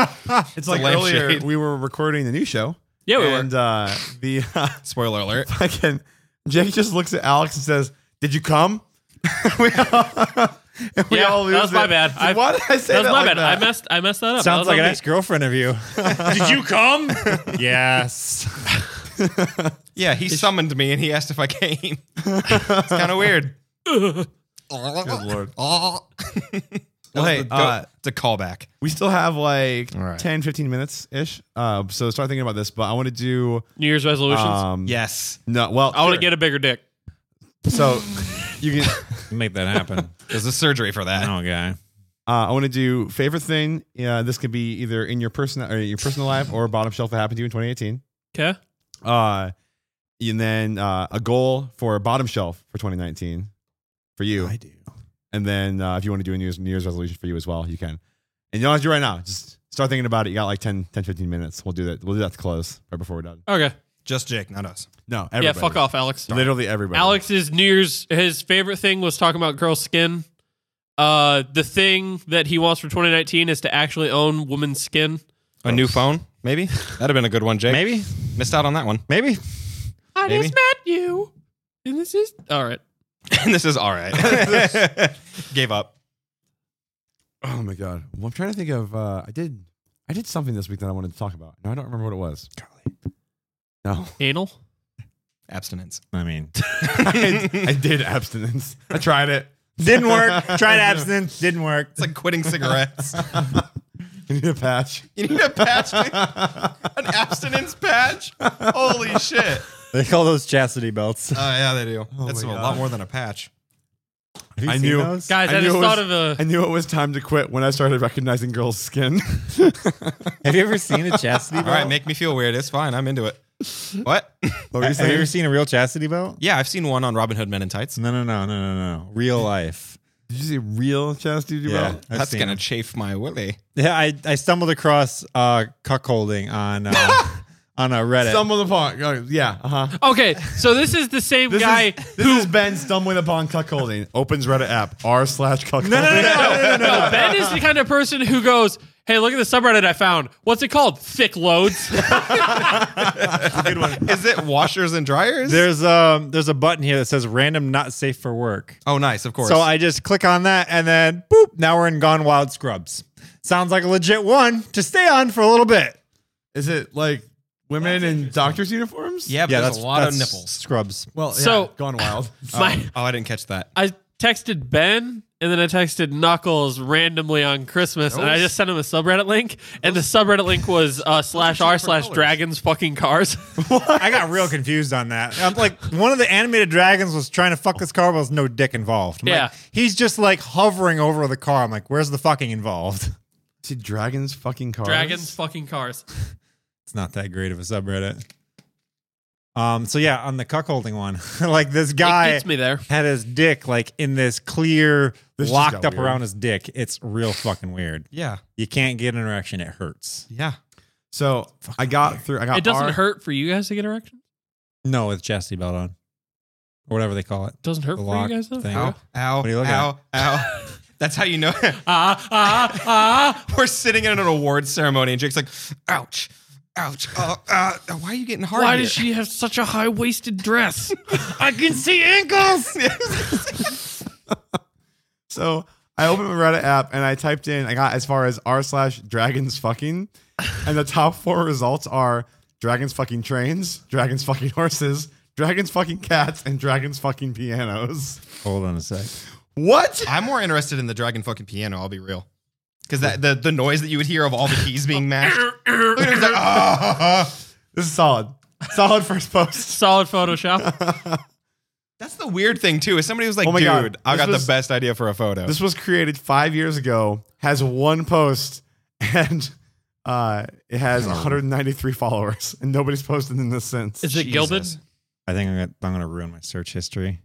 it's like a lamp earlier. shade. We were recording the new show. Yeah, we were. and, uh, the uh, (laughs) Spoiler alert. fucking Jake just looks at Alex and says, "Did you come?" (laughs) we all, (laughs) and we Yeah, all that lose was my it. bad. Dude, I- Why did I say That that was my like bad. that? I messed. I messed that up. Sounds That was like an on me. ex girlfriend (laughs) of you. Did you come? yes. Yeah, he summoned me and he asked if I came. (laughs) it's kind of (laughs) weird. Good lord. Well, hey, hey, uh, it's a callback. We still have like All right. 10, 15 minutes ish. Uh, so start thinking about this. But I want to do. New Year's resolutions. Um, Yes. No. Well, I want to get a bigger dick. it. So you can. (laughs) Make that happen. There's a surgery for that. Okay. Uh, I want to do favorite thing. Yeah, this could be either in your personal or your personal life or bottom shelf that happened to you in 2018. Okay. Uh, and then uh, a goal for bottom shelf for 2019 for you. I do. And then uh, if you want to do a New Year's, New Year's resolution for you as well, you can. And you don't have to do it right now. Just start thinking about it. You got like 10, 10 15 minutes. We'll do that. We'll do that to close right before we're done. Okay. Just Jake, not us. No, Yeah. everybody. Fuck off, Alex. Literally everybody. Alex's New Year's his favorite thing was talking about girl skin. Uh, the thing that he wants for 2019 is to actually own woman's skin. A new phone, maybe? That'd have been a good one, Jake. Maybe. Missed out on that one. Maybe. I Maybe. just met you, and this is all right. and (laughs) this is all right. (laughs) Gave up. Oh my god. Well, I'm trying to think of. Uh, I did. I did something this week that I wanted to talk about. No, I don't remember what it was. No, (laughs) Anal. Abstinence. I mean, I, I did abstinence. I tried it. (laughs) didn't work. Tried abstinence. Didn't work. It's like quitting cigarettes. (laughs) You need a patch. you need a patch, an abstinence patch. Holy shit! They call those chastity belts. Oh yeah, they do. That's a my lot God. more than a patch. you I seen knew- those? Guys, I I, knew just it thought was- of a. I knew it was time to quit when I started recognizing girls' skin. (laughs) Have you ever seen a (laughs) chastity All belt? right, make me feel weird. It's fine. I'm into it. What? (laughs) What were you Have you saying? ever seen a real chastity belt? yeah, I've seen one on Robin Hood Men in Tights. No, no, no, no, no, no. Real life. Did you see real chastity Yeah, belt? I've That's seen gonna it. chafe my willy. (laughs) Yeah, I, I stumbled across uh, cuckolding on uh, on a Reddit. Stumbled upon. uh, yeah. Uh huh. Okay, so this is the same This (laughs) guy is, this who is Ben stumbling upon cuckolding. Opens Reddit app r slash cuckolding. no, no, no, no, no, no. No, Ben is the kind of person who goes, "Hey, look at the subreddit I found. What's it called? Thick loads." (laughs) Is it washers and dryers? There's um there's a button here that says random not safe for work. oh, nice, of course. So I just click on that and then boop, now we're in Gone Wild Scrubs. Sounds like a legit one to stay on for a little bit. Is it like women in doctors' uniforms? yeah, but Yeah, there's that's a lot of that's nipples. Scrubs. Well, yeah, So- gone wild. My, Oh, I didn't catch that. I texted Ben. And then I texted Knuckles randomly on Christmas, and I Those- just sent him a subreddit link, and the subreddit link was uh, slash r slash colours. dragons fucking (laughs) cars. (laughs) I got real confused on that. I'm like, one of the animated dragons was trying to fuck this car, but there's no dick involved. I'm like, Yeah. he's just like hovering over the car. I'm like, where's the fucking involved? (laughs) See, dragons fucking cars. dragons fucking cars. It's not that great of a subreddit. Um, so yeah, on the cuckolding one, (laughs) like this guy it gets me there. had his dick like in this clear This just locked got up weird. around his dick. It's real fucking weird. Yeah, You can't get an erection, it hurts. yeah. So I got through. I got. It doesn't R- hurt for you guys to get erection. No, with chastity belt on. Or whatever they call it. It doesn't hurt The for lock you guys though. thing. Ow, ow, do you look ow, ow. (laughs) That's how you know Ah ah (laughs) ah! we're sitting in an awards ceremony, and Jake's like, "Ouch, ouch. Uh, uh, why are you getting hard? Why here? (laughs) does she have such a high waisted dress? (laughs) I can see ankles. So I opened my Reddit app and I typed in. I got as far as r slash dragons fucking, and the top four results are dragons fucking trains, dragons fucking horses, dragons fucking cats, and dragons fucking pianos. Hold on a sec. What? I'm more interested in the dragon fucking piano. I'll be real, because that the the noise that you would hear of all the keys being mashed. Look at him, he's like, "Ah." This is solid. Solid first post. Solid Photoshop. (laughs) That's the weird thing too. Is somebody was like, Oh my "Dude, God. I This got was- the best idea for a photo." This was created five years ago. Has one post and uh, it has 193 followers, and nobody's posted in this since. Is it Gilded? Jesus. I think I'm gonna, I'm gonna ruin my search history.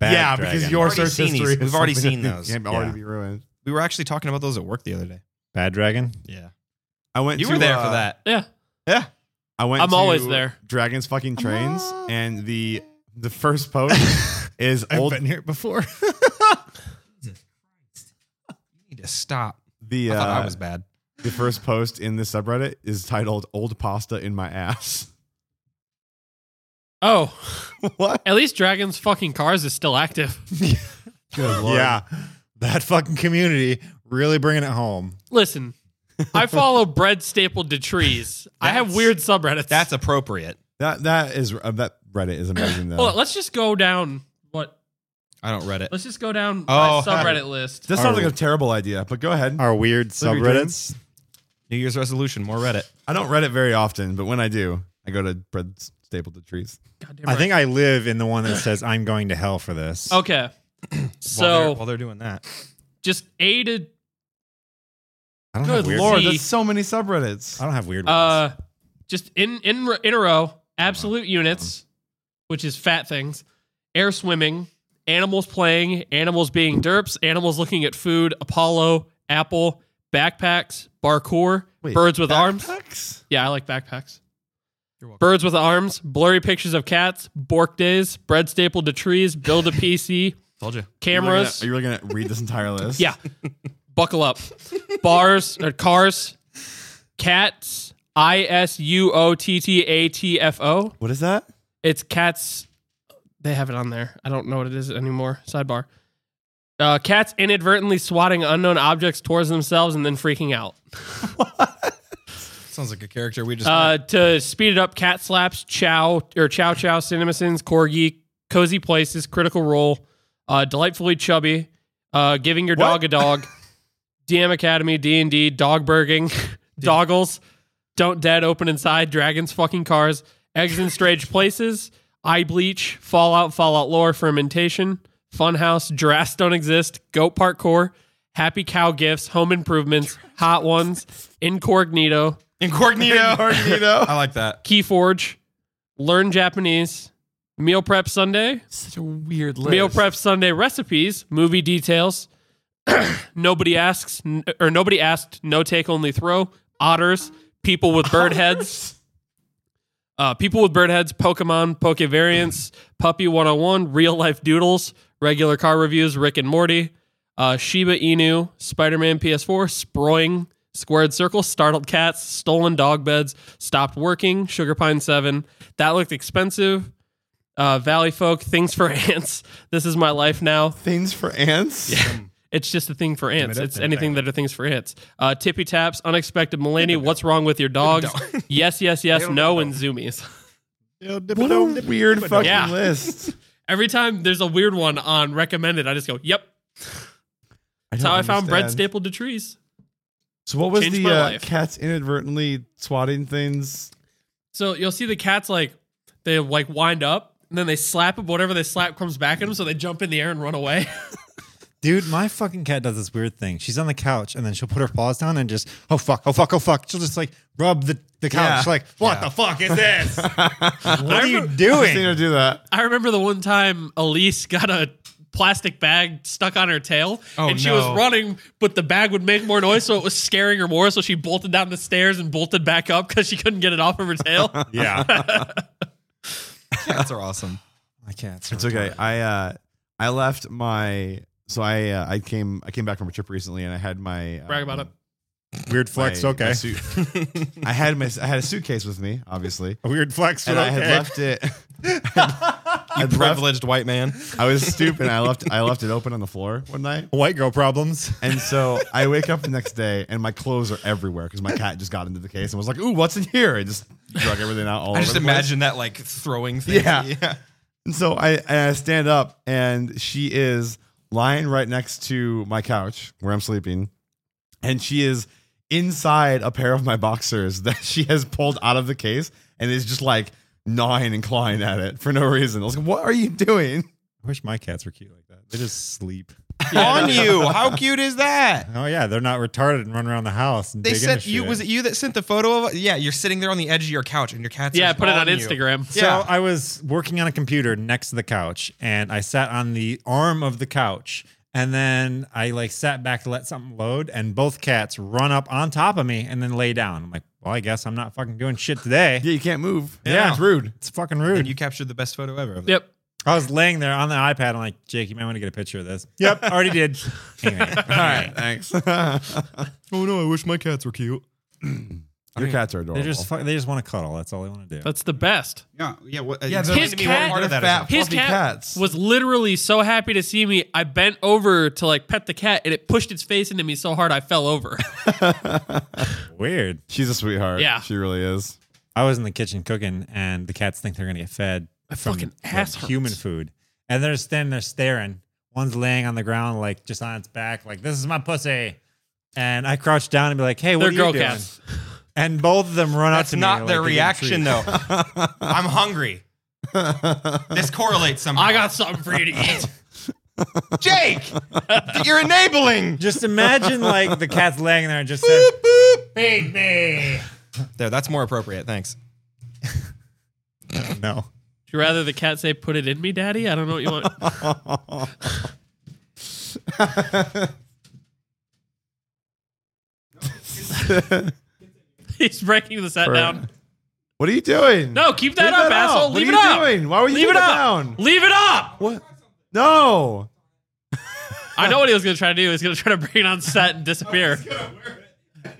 yeah, because your We've already search seen history. these. is We've already something seen that those. Can already Yeah. be ruined. We were actually talking about those at work the other day. bad dragon. Yeah, I went. you to, were there uh, for that. Yeah. Yeah, I went. I'm to always there. Dragons fucking trains, always and the (laughs) the first post is old. here before. (laughs) you need to stop. The I thought I uh, was bad. the first post in this subreddit is titled "Old Pasta in My (laughs) Ass." (laughs) Oh, what? at least Dragon's fucking cars is still active. Yeah, that fucking community really bringing it home. Listen, (laughs) I follow bread stapled to trees. I have That's- weird subreddits. That's appropriate. That that is uh, that Reddit is amazing though. Hold on, let's just go down. What? I don't read it. Let's just go down Oh, (laughs) my subreddit list. This sounds like a terrible idea, but go ahead. Our weird Live your subreddits. New Year's resolution, more Reddit. I don't Reddit very often, but when I do, I go to bread stapled to trees. Goddamn I right. think I live in the (clears throat) one that says I'm going to hell for this. Okay. While they're, So while they're doing that, just A to I don't good have weird. lord. Lord, See. that's so many subreddits. I don't have weird. ones. uh, just in in in a row. Absolute units, which is fat things. Air swimming. Animals playing. Animals being derps. Animals looking at food. Apollo. Apple. Backpacks. Parkour. Wait, birds with arms. Backpacks? Yeah, I like backpacks. You're welcome. Birds with arms. Blurry pictures of cats. Bork days. Bread stapled to trees. Build a PC. told (laughs) you. Cameras. Are you really gonna read this entire list? (laughs) Yeah. Buckle up. Bars or cars. Cats. I S U O T T A T F O. What is that? It's cats. They have it on there. I don't know what it is anymore. Sidebar. Uh, cats inadvertently swatting unknown objects towards themselves and then freaking out. Sounds like a character we just. Uh, to speed it up, cat slaps, chow or chow chow, cinnamons, corgi, cozy places, critical role, uh, delightfully chubby, uh, giving your dog a dog, DM Academy, D and D, dog burging, doggles, don't dead, open inside, dragons, fucking cars, eggs in strange places, eye bleach, fallout, fallout lore, fermentation, funhouse, giraffes don't exist, goat parkour. Happy cow gifts, home improvements, hot ones, incognito, (laughs) incognito. Incognito. I like that. Keyforge, learn Japanese, meal prep Sunday, Such a weird list. meal prep Sunday recipes, movie details. (clears throat) nobody asks n- (laughs) or nobody asked. No take, only throw. Otters, people with bird heads, Uh, people with bird heads, Pokemon, Poke variants, Puppy 101, real life doodles, regular car reviews, Rick and Morty, uh, Shiba Inu, Spider Man PS4, Sproing, Squared Circle, Startled Cats, Stolen Dog Beds, Stopped Working, Sugar Pine 7. That looked expensive. Uh, Valley Folk, Things for (laughs) Ants. This is my life now. Things for ants. It's just a thing for ants. up, It's thing anything that are things for ants. Uh, tippy taps, unexpected millennia. What's wrong with your dogs? (laughs) yes, yes, yes. No, and zoomies. What a weird fucking (laughs) Yeah. list. Every time there's a weird one on recommended, I just go, "Yep." That's how I found bread understand. stapled to trees. So what was Changed the my uh, life. cats inadvertently swatting things? So you'll see the cats like they like wind up and then they slap them. Whatever they slap comes back at them, so they jump in the air and run away. (laughs) Dude, my fucking cat does this weird thing. She's on the couch and then she'll put her paws down and just, oh fuck, oh fuck, oh fuck. She'll just like rub the, the couch. Yeah. Like, what the fuck is (laughs) this? what are you I've seen her doing? do that. I remember the one time Elise got a plastic bag stuck on her tail Oh, and she no. was running but the bag would make more noise so it was scaring her more so she bolted down the stairs and bolted back up because she couldn't get it off of her tail (laughs) Yeah. Cats are awesome. my cat's. It's okay. I uh, I left my so I uh, I came I came back from a trip recently and I had my brag about it um, Weird flex, my- my (laughs) okay. suit- I had my I had a suitcase with me, obviously, A weird flex, and but I had okay. left it. (laughs) You I'd love- privileged white man. I was stupid. I left I left it open on the floor one night, White girl problems. (laughs) and so I wake up the next day and my clothes are everywhere because my cat just got into the case and was like, "Ooh, what's in here?" and just drug everything out all over. I just the place. imagine that like throwing things. Yeah. And so I, and I stand up, and she is lying right next to my couch where I'm sleeping. And she is inside a pair of my boxers that she has pulled out of the case and is just like gnawing and clawing at it for no reason. I was like, what are you doing? I wish my cats were cute like that. They just sleep. (laughs) On you. How cute is that? Oh yeah, they're not retarded and run around the house. And They dig sent into you. shit. Was it you that sent the photo of? Yeah, you're sitting there on the edge of your couch, and your cat's. yeah I just put it on you. Instagram So Yeah. I was working on a computer next to the couch, and I sat on the arm of the couch, and then I like sat back to let something load, and both cats run up on top of me and then lay down. I'm like, well, I guess I'm not fucking doing shit today. Yeah, you can't move. Yeah. It's rude. It's fucking And rude. you captured the best photo ever. Of yep I was laying there on the iPad. I'm like, Jake, you might want to get a picture of this. Yep, (laughs) already did. Anyway, All right, thanks. (laughs) Oh no! I wish my cats were cute. (clears throat) Your cats are adorable. they just fu- they just want to cuddle. That's all they want to do. that's the best Yeah. Yeah. What, Yeah, explain they're- to me what His part of cat- that is. they're his Fluffy cat cats. was literally so happy to see me I bent over to like pet the cat and it pushed its face into me so hard I (laughs) fell over Weird. She's a sweetheart. Yeah. She really is. I was in the kitchen cooking, and the cats think they're gonna get fed from fucking like, ass hurts. human food, and they're standing there staring. One's laying on the ground, like just on its back, like this is my pussy. And I crouch down and be like, "Hey, what they're are you girl doing?" cats And both of them run up That's to me. not like, their they're getting reaction, treats. though. I'm hungry. (laughs) This correlates somehow. I got something for you to eat Jake. (laughs) you're enabling. Just imagine like the cat's laying there and (laughs) just says, "Feed me." There, that's more appropriate. Thanks. No, Would you rather the cat say, put it in me, daddy? I don't know what you want. (laughs) He's breaking the set Or- down. What are you doing? No, keep that Leave up, that up. asshole. What Leave are it you up. doing? Why were you Leave it leaving it up. down? Leave it up. What? No. I know what he was going to try to do. He was going to try to bring it on set (laughs) and disappear. You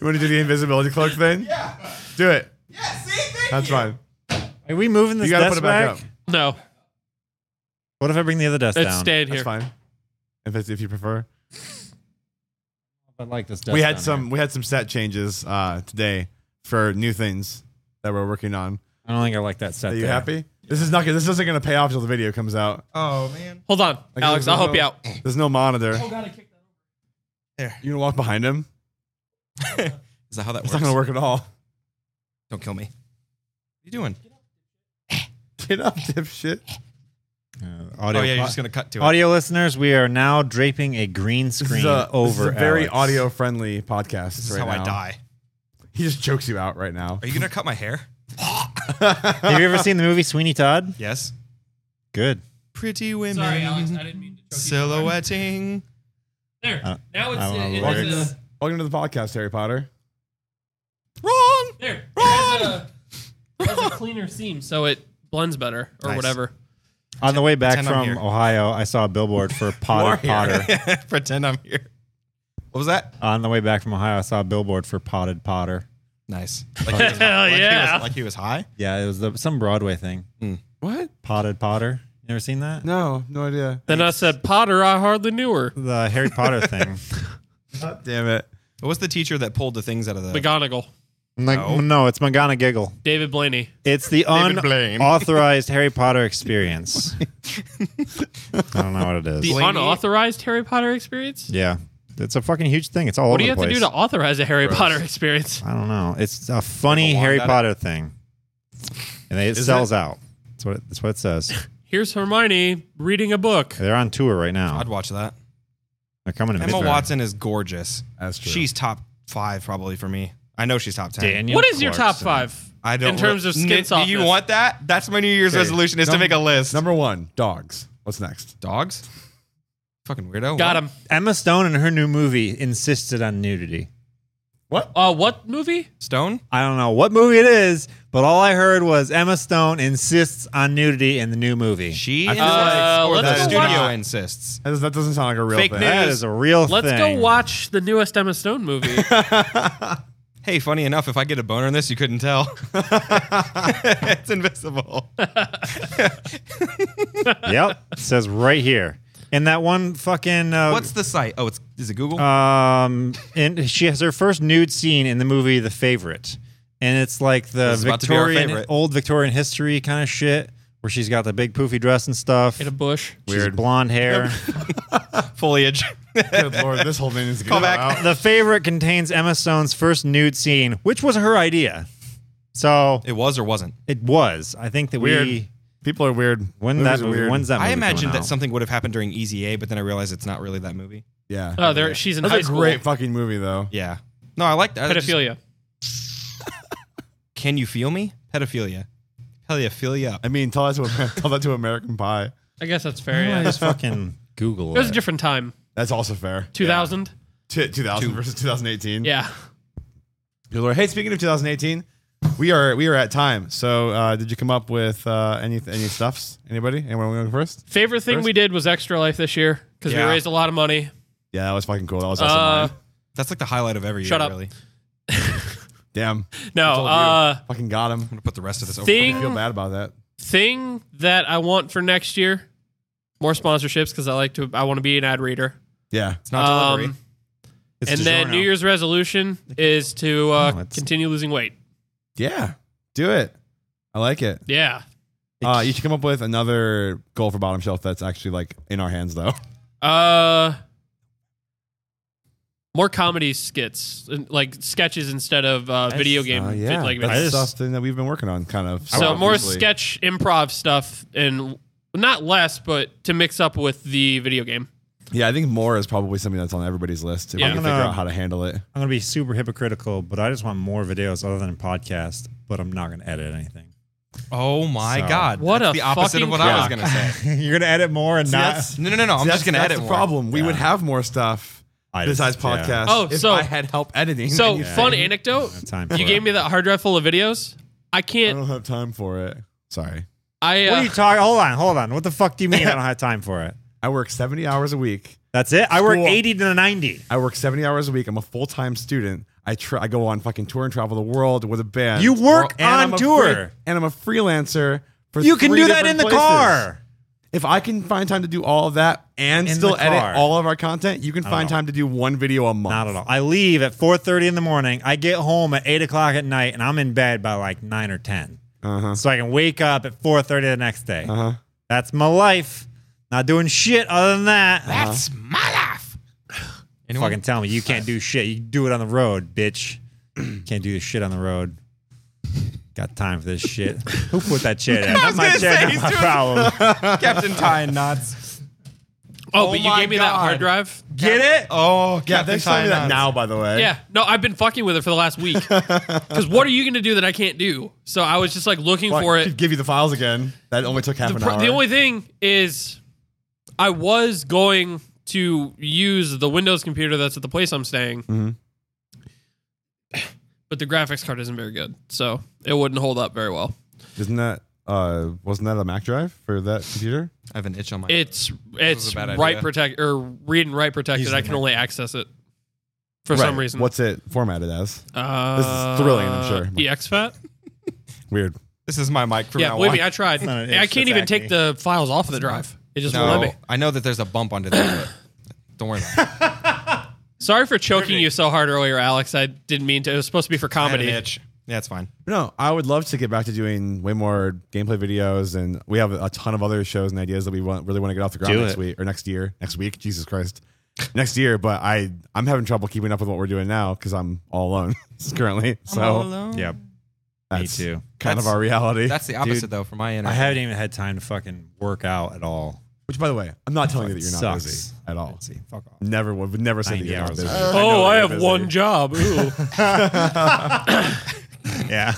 want to do the invisibility cloak thing? Yeah. Do it. Yeah. See. Thank That's fine. are we moving this You gotta desk put it back back? up. No, What if I bring the other desk it's down? stayed That's here. fine. If it's, if you prefer, I like this desk. we had down some here. we had some set changes uh, today for new things that we're working on. I don't think I like that set. Are you there. happy? This is not gonna- this isn't gonna pay off till the video comes out. Oh man. Hold on, Like, Alex. there's I'll help no- you out. There's no monitor. Oh, There. You gonna walk behind him? Is that how that works? It's not gonna work at all. Don't kill me. What are you doing? Get up, dipshit. Uh, audio oh yeah, po- you're just gonna cut to it. Audio listeners, we are now draping a green This is screen a- over. this is a very Alex. audio friendly podcast. This is right how now. I die. He just chokes you out right now. Are you gonna cut my hair? (laughs) Have you ever seen the movie Sweeney Todd? Yes. Good. Pretty women Sorry, Alex. I didn't mean to. choke you. (laughs) silhouetting. There. Uh, now it's, I don't it, know it's lyrics. a- Welcome to the podcast, Harry Potter. Wrong. there. It Run! has a- has (laughs) a cleaner seam, so it blends better or Nice. whatever. On the way back pretend I'm from here. Ohio, I saw a billboard for Potted Potter. (laughs) Pretend I'm here. What was that? On the way back from Ohio, I saw a billboard for Potted Potter. Nice. (laughs) Like he was, Hell like he was- yeah. like he was high. Yeah, it was the, some Broadway thing. What? Potted Potter. You ever seen that? No, Oh, no idea. Then I said, Potter, I hardly knew her. The Harry Potter thing. God damn it. What was the teacher that pulled the things out of the? McGonagall, I'm like, No. no, it's McGonagall Giggle. David Blaney. It's the David Blaine. unauthorized Harry Potter experience. I don't know what it is. The- Blaney. Unauthorized Harry Potter experience? yeah, it's a fucking huge thing. It's all What over do you the have place. to do to authorize a Harry Potter experience? I don't know. It's a funny Have a Harry wand at it? Potter thing, and it Is sells it? out. That's what it, that's what it says. Here's Hermione reading a book. They're on tour right now. I'd watch that. They're coming to Emma Pittsburgh. Watson is gorgeous. That's true. She's top five probably for me. I know she's top ten. Daniel What is your top Clarkson. five? I don't. In terms re- of skin Nick, softness. Do you want that? That's my New Year's Okay. resolution: is to Num- make a list. Number one, dogs. What's next? Dogs. Fucking weirdo. Got What? him. Emma Stone in her new movie insisted on nudity. What? Uh, what movie? Stone. I don't know what movie it is, but all I heard was Emma Stone insists on nudity in the new movie. She I insists, feel like- or Uh, let's the go studio watch- insists. That does- that doesn't sound like a real Fake thing. news. That is a real Let's thing. go watch the newest Emma Stone (laughs) movie. Hey, funny enough, if I get a boner in this, you couldn't tell. (laughs) it's invisible. yep, it says right here. And that one fucking uh, What's the site? Oh, it's is it Google? um, and she has her first nude scene in the movie The Favorite, and it's like the This is about to be our Victorian, favorite. old Victorian history kind of shit, where she's got the big poofy dress and stuff. In a bush. She's blonde hair. Foliage. (laughs) Good lord, this whole thing needs to Call go back. out. (laughs) the Favorite contains Emma Stone's first nude scene, which was her idea. So it was or wasn't. it was. I think that Weird. we People are weird. when Movies that are movie, weird. when's that I movie imagined coming that out? something would have happened during Easy A, but then I realized it's not really that movie. Yeah. Oh, there she's in That's high a school. great fucking movie though. Yeah. No, I like that. I just- Pedophilia. Can you feel me? Pedophilia. Pedophilia. I mean, tell that to Amer- tell that to American Pie. I guess that's fair. (laughs) I Yeah. just fucking Google It was a it. different time. That's also fair. 2000. T- 2000 versus 2018. Yeah. Good lord. Hey, speaking of 2018, we are we are at time. So, uh, did you come up with uh, any any stuffs? Anybody? Anyone going first? (laughs) Favorite thing we did was Extra Life this year because Yeah. we raised a lot of money. Yeah, that was fucking cool. That was awesome. Uh, That's like the highlight of every year, Shut up. really. Damn. no. told you. Uh, Fucking got him. I'm gonna put the rest of this over. I feel thing bad about that. thing that I want for next year, more sponsorships because I like to. I want to be an ad reader. Yeah. It's not Um, delivery. It's and then DiGiorno. New Year's resolution is to uh, Oh, it's- continue losing weight. Yeah. Do it. I like it. Yeah. Uh, you should come up with another goal for bottom shelf that's actually like in our hands though. Uh, more comedy skits, and, like sketches instead of uh, video (laughs) game. Uh, vi- yeah. like, that's I just- something that we've been working on kind of. so more obviously. sketch improv stuff and not less, but to mix up with the video game. Yeah, I think more is probably something that's on everybody's list. If Yeah. we can I'm figure gonna- out how to handle it. I'm gonna be super hypocritical, but I just want more videos other than podcast. But I'm not gonna edit anything. (laughs) Oh my So- god. What That's a the opposite fucking of what I was cock. gonna say. You're gonna edit more and not. that's- No, no, no, no. I'm See, just gonna (laughs) that's edit the more. problem. We would Yeah. have more stuff I just- besides yeah. podcasts. Oh, if so- I had help editing. So Mm, and you- fun Yeah. anecdote. Don't have time for You gave it. me that hard drive full of videos. I I can't. don't have time for it. Sorry, I uh, What are you talking? Hold on, hold on. What the fuck do you mean I don't have time for it? I work seventy hours a week. That's it. I work School. 80 to 90. I work seventy hours a week. I'm a full time student. I try. I go on fucking tour and travel the world with a band. You work And on I'm a tour. free- and I'm a freelancer. For You can three do that different in the places. car. If I can find time to do all of that and In still the car. edit all of our content, you can find know. time to do one video a month. Not at all. I leave at 4:30 in the morning. I get home at 8 o'clock at night, and I'm in bed by like 9 or 10, Uh-huh. so I can wake up at 4:30 the next day. Uh-huh. That's my life. Not doing shit other than that. Uh-huh. That's my life. (laughs) Anyone? Fucking tell me you can't do shit. You do it on the (clears throat) road, bitch. can't do this shit on the road. Got time for (laughs) this shit? Who put that shit in? That's my gonna shit. say, Not he's my doing- problem. Captain Ty nods. oh, Oh but you my gave me that hard God. drive. Get it? Oh, Yeah, Captain thanks for telling Ty me that nods. now. By the way, Yeah. No, I've been fucking with it for the last week. Because what are you going to do that I can't do? So I was just like looking Well, for I it. Could give you the files again. That only took half the, an pro- hour. the only thing is I was going to use the Windows computer that's at the place I'm staying. (sighs) but the graphics card isn't very good, so it wouldn't hold up very well. Isn't that uh wasn't that a Mac drive for that computer? I have an itch on my. It's was it's a bad write idea. protect or read and write protected. He's I can only access it for some reason. What's it formatted as? Uh, thrilling, I'm sure. EXFAT. Weird. this is my mic from Yeah, now believe on. me, I tried. not an I itch, can't that's even acne. take the files off of the drive. It just won't no, let me. I know that there's a bump under there. (laughs) But don't worry. About it. Sorry for choking you so hard earlier, Alex. I didn't mean to. It was supposed to be for I had an comedy. itch. Yeah, it's fine. No, I would love to get back to doing way more gameplay videos, and we have a ton of other shows and ideas that we want really want to get off the ground Do next it. week or next year. Next week, Jesus Christ, next year. But I I'm having trouble keeping up with what we're doing now because I'm all alone (laughs) currently. So Yep. Me that's too. kind That's- of our reality. That's the opposite Dude, though for my internet. I haven't even had time to fucking work out at all. Which, by the way, I'm not telling you that you're not Sucks. busy at all. See, fuck off. Never would would never say that 90 you're not hours. busy. know Uh, Oh, that I you're have busy. one job. Ooh. Yeah.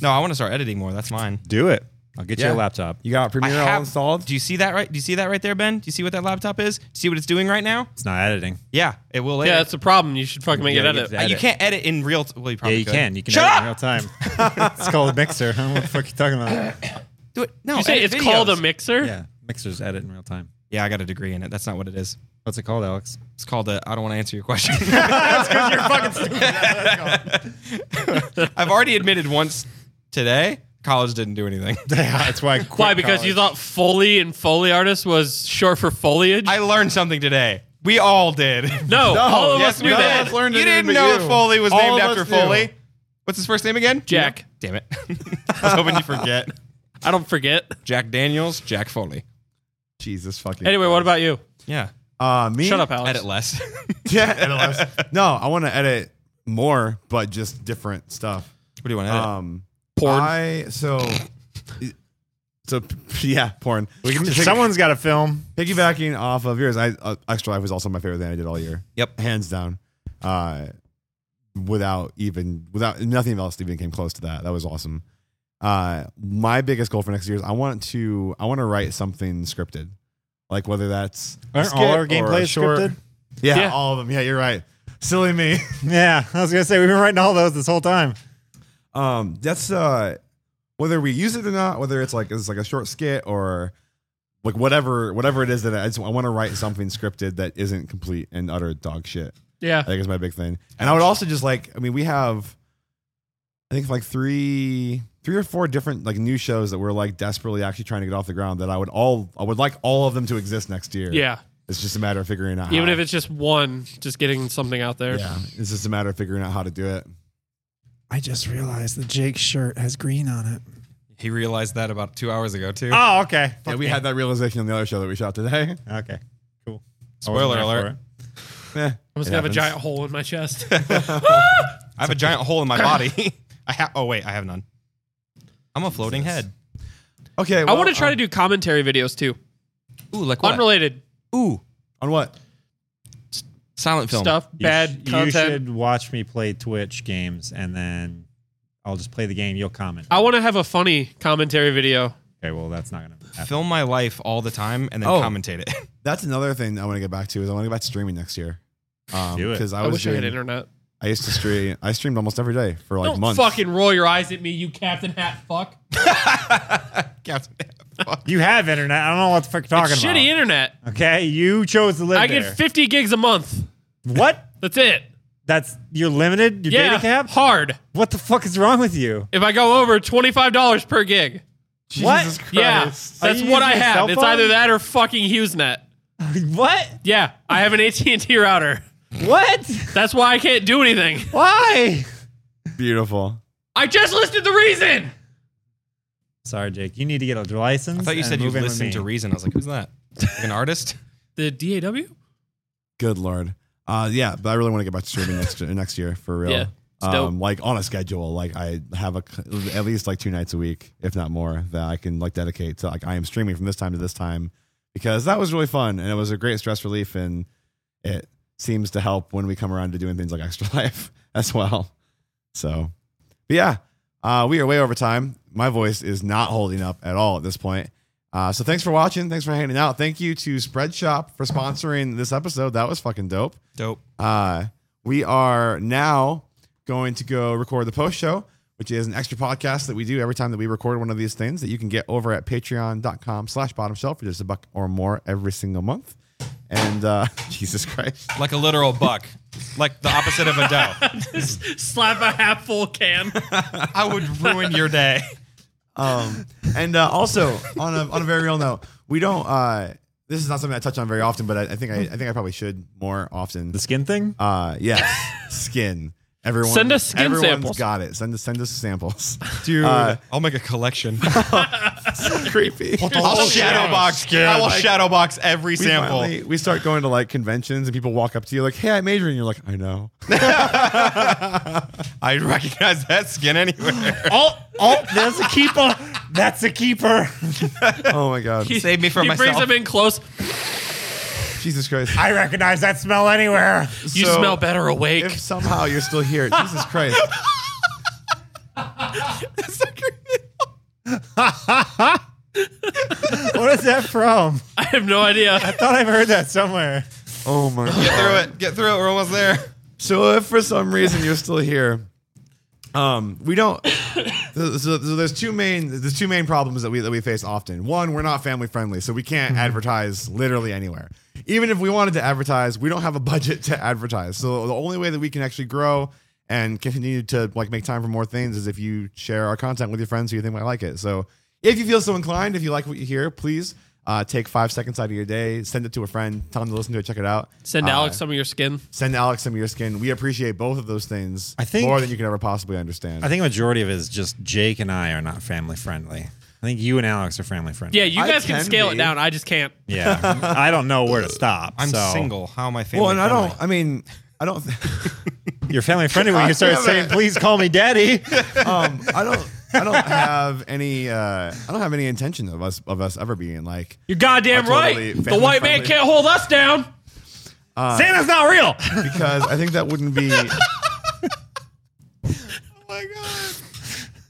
No, I want to start editing more. That's mine. Do it. I'll get Yeah. you a laptop. You got I Premiere all have- installed. Do you see that right? Do you see that right there, Ben? Do you see what that laptop is? Do you see what it's doing right now? It's not editing. Yeah, it will. Later. yeah, that's the problem. You should fucking make Yeah, it you edit. did Uh, that. you edit. can't edit in real. T- well, you probably yeah, you could. can. You can Shut edit up! in real time. it's called a mixer. I don't know what the fuck you're talking about. Do it. No, Did you say edit it's called a Oh, videos. mixer? Yeah, mixers edit in real time. Yeah, I got a degree in it. That's not what it is. What's it called, Alex? It's called a. I don't want to answer your (laughs) question. (laughs) I've already admitted once today. College didn't do (laughs) anything. That's why. I quit Why? Because you college. thought Foley and Foley artist was short for foliage? I learned something today. We all did. no, all of yes, us we knew did. that. us learned you it, didn't but know you. Foley was All named of after us knew. Foley. What's his first name again? Jack. Damn (laughs) it. I was hoping you forget. I don't forget. Jack Daniels, Jack Foley. Jesus fucking. Anyway, what about you? Yeah. uh, me? Shut up, Alex. Edit (laughs) less. Yeah, (laughs) edit less. No, I want to edit more, but just different stuff. what do you want to edit? Um, Porn. I so so yeah, porn. We can- someone's got to film. Piggybacking off of yours, I uh, X Drive was also my favorite thing I did all year. Yep. hands down. Uh, without even without nothing else even came close to that. That was awesome. Uh, my biggest goal for next year is I want to I want to write something scripted, like whether that's a Aren't all skit our or a gameplays short. scripted? Yeah, Yeah. all of them. Yeah, you're right. Silly me. (laughs) Yeah, I was gonna say we've been writing all those this whole time. um that's uh whether we use it or not whether it's like it's like a short skit or like whatever whatever it is that i, just- I want to write something scripted that isn't complete and utter dog shit i yeah. think is my big thing and i would also just like i mean we have i think like three three or four different like new shows that we're like desperately actually trying to get off the ground that i would all i would like all of them to exist next year Yeah. it's just a matter of figuring out Even how. if it's just one, just getting something out there. yeah it's just a matter of figuring out how to do it I just realized the Jake shirt has green on it. he realized that about two hours ago, too. Oh, okay. yeah we had that realization on the other show that we shot today Okay, cool. Spoiler alert. Eh. I'm It just going to have a happens. giant hole in my chest. I have a giant hole in my body. I have. Oh wait, I have none. I'm a floating head. (laughs) Okay, I well, want to try um, to do commentary videos too. Ooh, like what? Unrelated Ooh, on what? silent film. stuff, bad you, content. should watch me play Twitch games, and then I'll just play the game. You'll comment. I want to have a funny commentary video. okay, well, that's not gonna happen. Film my life all the time and then Oh. commentate it. (laughs) That's another thing I want to get back to is I want to get back to streaming next year. Um, Do it. Because I I, was wish I had doing- internet. I used to stream. I streamed almost every day for like Don't months. fucking roll your eyes at me, you Captain Hat fuck. (laughs) Captain, fuck. You have internet. I don't know what the fuck you're talking It's about. shitty internet. Okay, you chose to live I there. get 50 gigs a month. what? That's it. That's you're limited. Your Yeah, data cap. hard. What the fuck is wrong with you? If I go over $25 per gig. What? Jesus Christ. Yeah, Are that's you what I using a have. cell It's phone? either that or fucking HughesNet. (laughs) What? Yeah, I have an (laughs) AT&T router. What? (laughs) That's why I can't do anything. Why? Beautiful. I just listed the reason. Sorry, Jake. You need to get a license. I thought you and said you move in with listened me. to Reason. I was like, who's that? Like an artist? The DAW? Good lord. Uh, yeah, but I really want to get back to streaming next (laughs) next year for real. Yeah, it's dope. Um, like on a schedule. Like I have a at least like two nights a week, if not more, that I can like dedicate to like I am streaming from this time to this time because that was really fun and it was a great stress relief and it seems to help when we come around to doing things like (laughs) extra life as well. So, but yeah, uh, we are way over time. My voice is not holding up at all at this point. Uh, so thanks for watching. Thanks for hanging out. Thank you to Spreadshop for sponsoring this episode. That was fucking dope. Dope. Uh, we are Uh, now going to go record the post show, which is an extra podcast that we do every time that we record one of these things that you can get over at patreon.com slash bottom shelf for just a buck or more every single month. And uh, (laughs) Jesus Christ. Like a literal buck. Like the opposite of a doe. Slap a half full (laughs) can. I would ruin your day. Um, and uh, also on a on a very real note, we don't. Uh, this is not something I touch on very often, but I, I think I, I think I probably should more often. The skin thing? Uh, yes, skin. Everyone Send us skin everyone's samples. Got it. Send us send us samples. (laughs) Dude, Uh, I'll make a collection. (laughs) creepy. (laughs) I'll Oh, whole shadow shadow box. I will shadow box every We, sample. finally, we start going to like conventions and people walk up to you like, "Hey, I majored," and you're like, "I know." I recognize that skin anywhere. (laughs) Oh, oh, there's a keeper. That's a keeper. oh my (laughs) god, Save me from he myself. brings them in close. Jesus Christ! I recognize that (laughs) smell anywhere. You So, smell better awake. If somehow you're still here, Jesus Christ! What is that from? (laughs) I have no (laughs) idea. Thought I've heard that somewhere. Oh my god. Get through it. Get through it. We're almost there. So if for some reason you're still here, um, we don't. (coughs) so, so there's two main there's two main problems that we that we face often. One, we're not family friendly, so we can't advertise literally anywhere. Even if we wanted to advertise, we don't have a budget to advertise. So the only way that we can actually grow and continue to like make time for more things is if you share our content with your friends who you think might like it. So if you feel so inclined, if you like what you hear, please uh, take five seconds out of your day, send it to a friend, tell them to listen to it, check it out. Send Uh, Alex some of your skin. send Alex some of your skin. We appreciate both of those things. I think- more than you can ever possibly understand. I think a majority of it is just Jake and I are not family friendly. I think you and Alex are family friendly. Yeah, you I guys can, can scale be. it down. I just can't. Yeah. I don't know where to stop. I'm so. single. How am I family? well, and I friendly? don't. I mean, I don't. (laughs) um, You're family friendly when you start Damn saying, it. please call me (laughs) daddy. Um, I don't. I don't have any. Uh, I don't have any intention of us of us ever being like. You're I'm goddamn totally right. The white man family-friendly. can't hold us down. Santa's not real. because I think that wouldn't be. oh my god!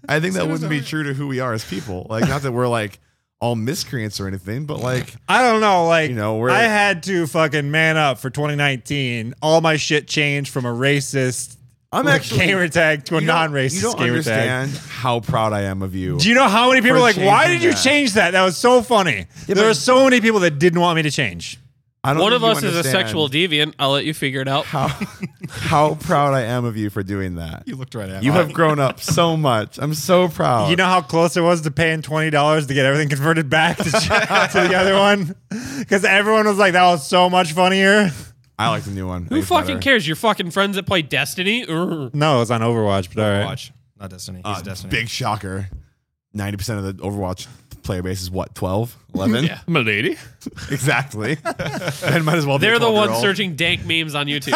I think that wouldn't be true to who we are as people. Like, not that we're like all miscreants or anything, but like, I don't know. Like, You know, we're- I had to fucking man up for 2019. All my shit changed from a racist I'm like, actually gamer tag to a you don't- non-racist You don't gamer tag. understand how proud I am of you. Do you know how many people for are like, why changing did you that." change that? That was so funny. there but- are so many people that didn't want me to change. I don't One think of you us is a understand. sexual deviant. I'll let you figure it out. how how proud I am of you for doing that. You looked right at You me. Uh, have grown up so much. I'm so proud. You know how close it was to paying twenty dollars to get everything converted back to, (laughs) to the other one, because everyone was like, "That was so much funnier." I like the new one. Who fucking cares? Your fucking friends that (laughs) play Destiny? Urgh. No, it was on Overwatch, but all right. Watch. Not Destiny. He's Oh, Uh, Destiny. Big shocker. Ninety percent of the Overwatch player base is what 12, 11? (laughs) Yeah, my lady. (laughs) exactly. (laughs) and might as well. Be They're a the ones 12-year-old. searching dank (laughs) memes on YouTube.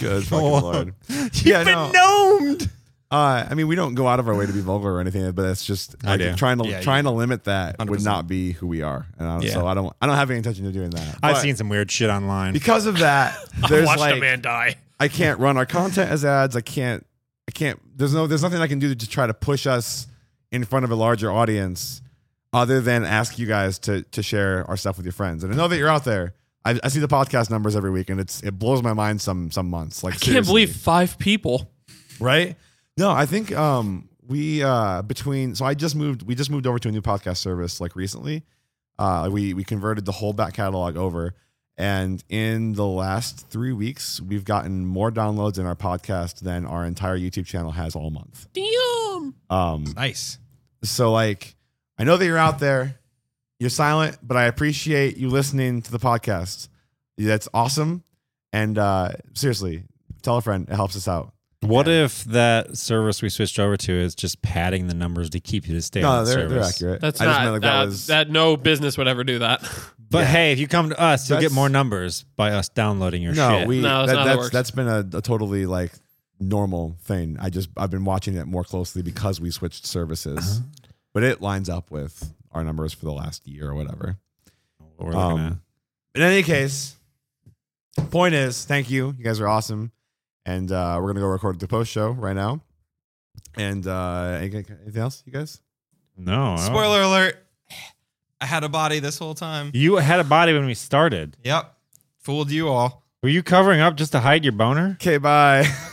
Good fucking Oh. (laughs) lord. yeah, no. Been gnomed. Uh, I mean, we don't go out of our way to be vulgar or anything, but that's just I like, do. trying to Yeah, you trying to limit that would 100%. not be who we are, and I, Yeah. so I don't I don't have any intention of doing that. I've But seen some weird shit online. because of (laughs) that. There's Watch like the (laughs) man die. I can't run our content as ads. I can't. I can't. There's no. There's nothing I can do to just try to push us in front of a larger audience, other than ask you guys to to share our stuff with your friends. And I know that you're out there. I, I see the podcast numbers every week, and it's it blows my mind. Some some months. Like I can't believe five people. right? No, I think um we uh between so I just moved we just moved over to a new podcast service like recently. Uh we we converted the whole back catalog over and in the last 3 weeks we've gotten more downloads in our podcast than our entire YouTube channel has all month. Damn. Um Nice. so like I know that you're out there. You're silent, but I appreciate you listening to the podcast. That's awesome. And uh seriously, tell a friend. It helps us out. What if that service we switched over to is just padding the numbers to keep you to stay No, on the they're, they're service? accurate. That's I just not meant like that, that was that. No business would ever do that. But hey, if you come to us, you'll That's- get more numbers by us downloading your no, shit. we No, that's that, not how it that's works. that's been a, a totally like normal thing. I just I've been watching it more closely because we switched services, Uh-huh. but it lines up with our numbers for the last year or whatever. What we're looking Um, In any case, point is, thank you. You guys are awesome, and uh, we're gonna go record the post show right now. And uh, anything anything else, you guys? at. No. I don't- Spoiler alert. (sighs) I had a body this whole time. You had a body when we started. Yep. Fooled you all. Were you covering up just to hide your boner? Okay, bye. (laughs)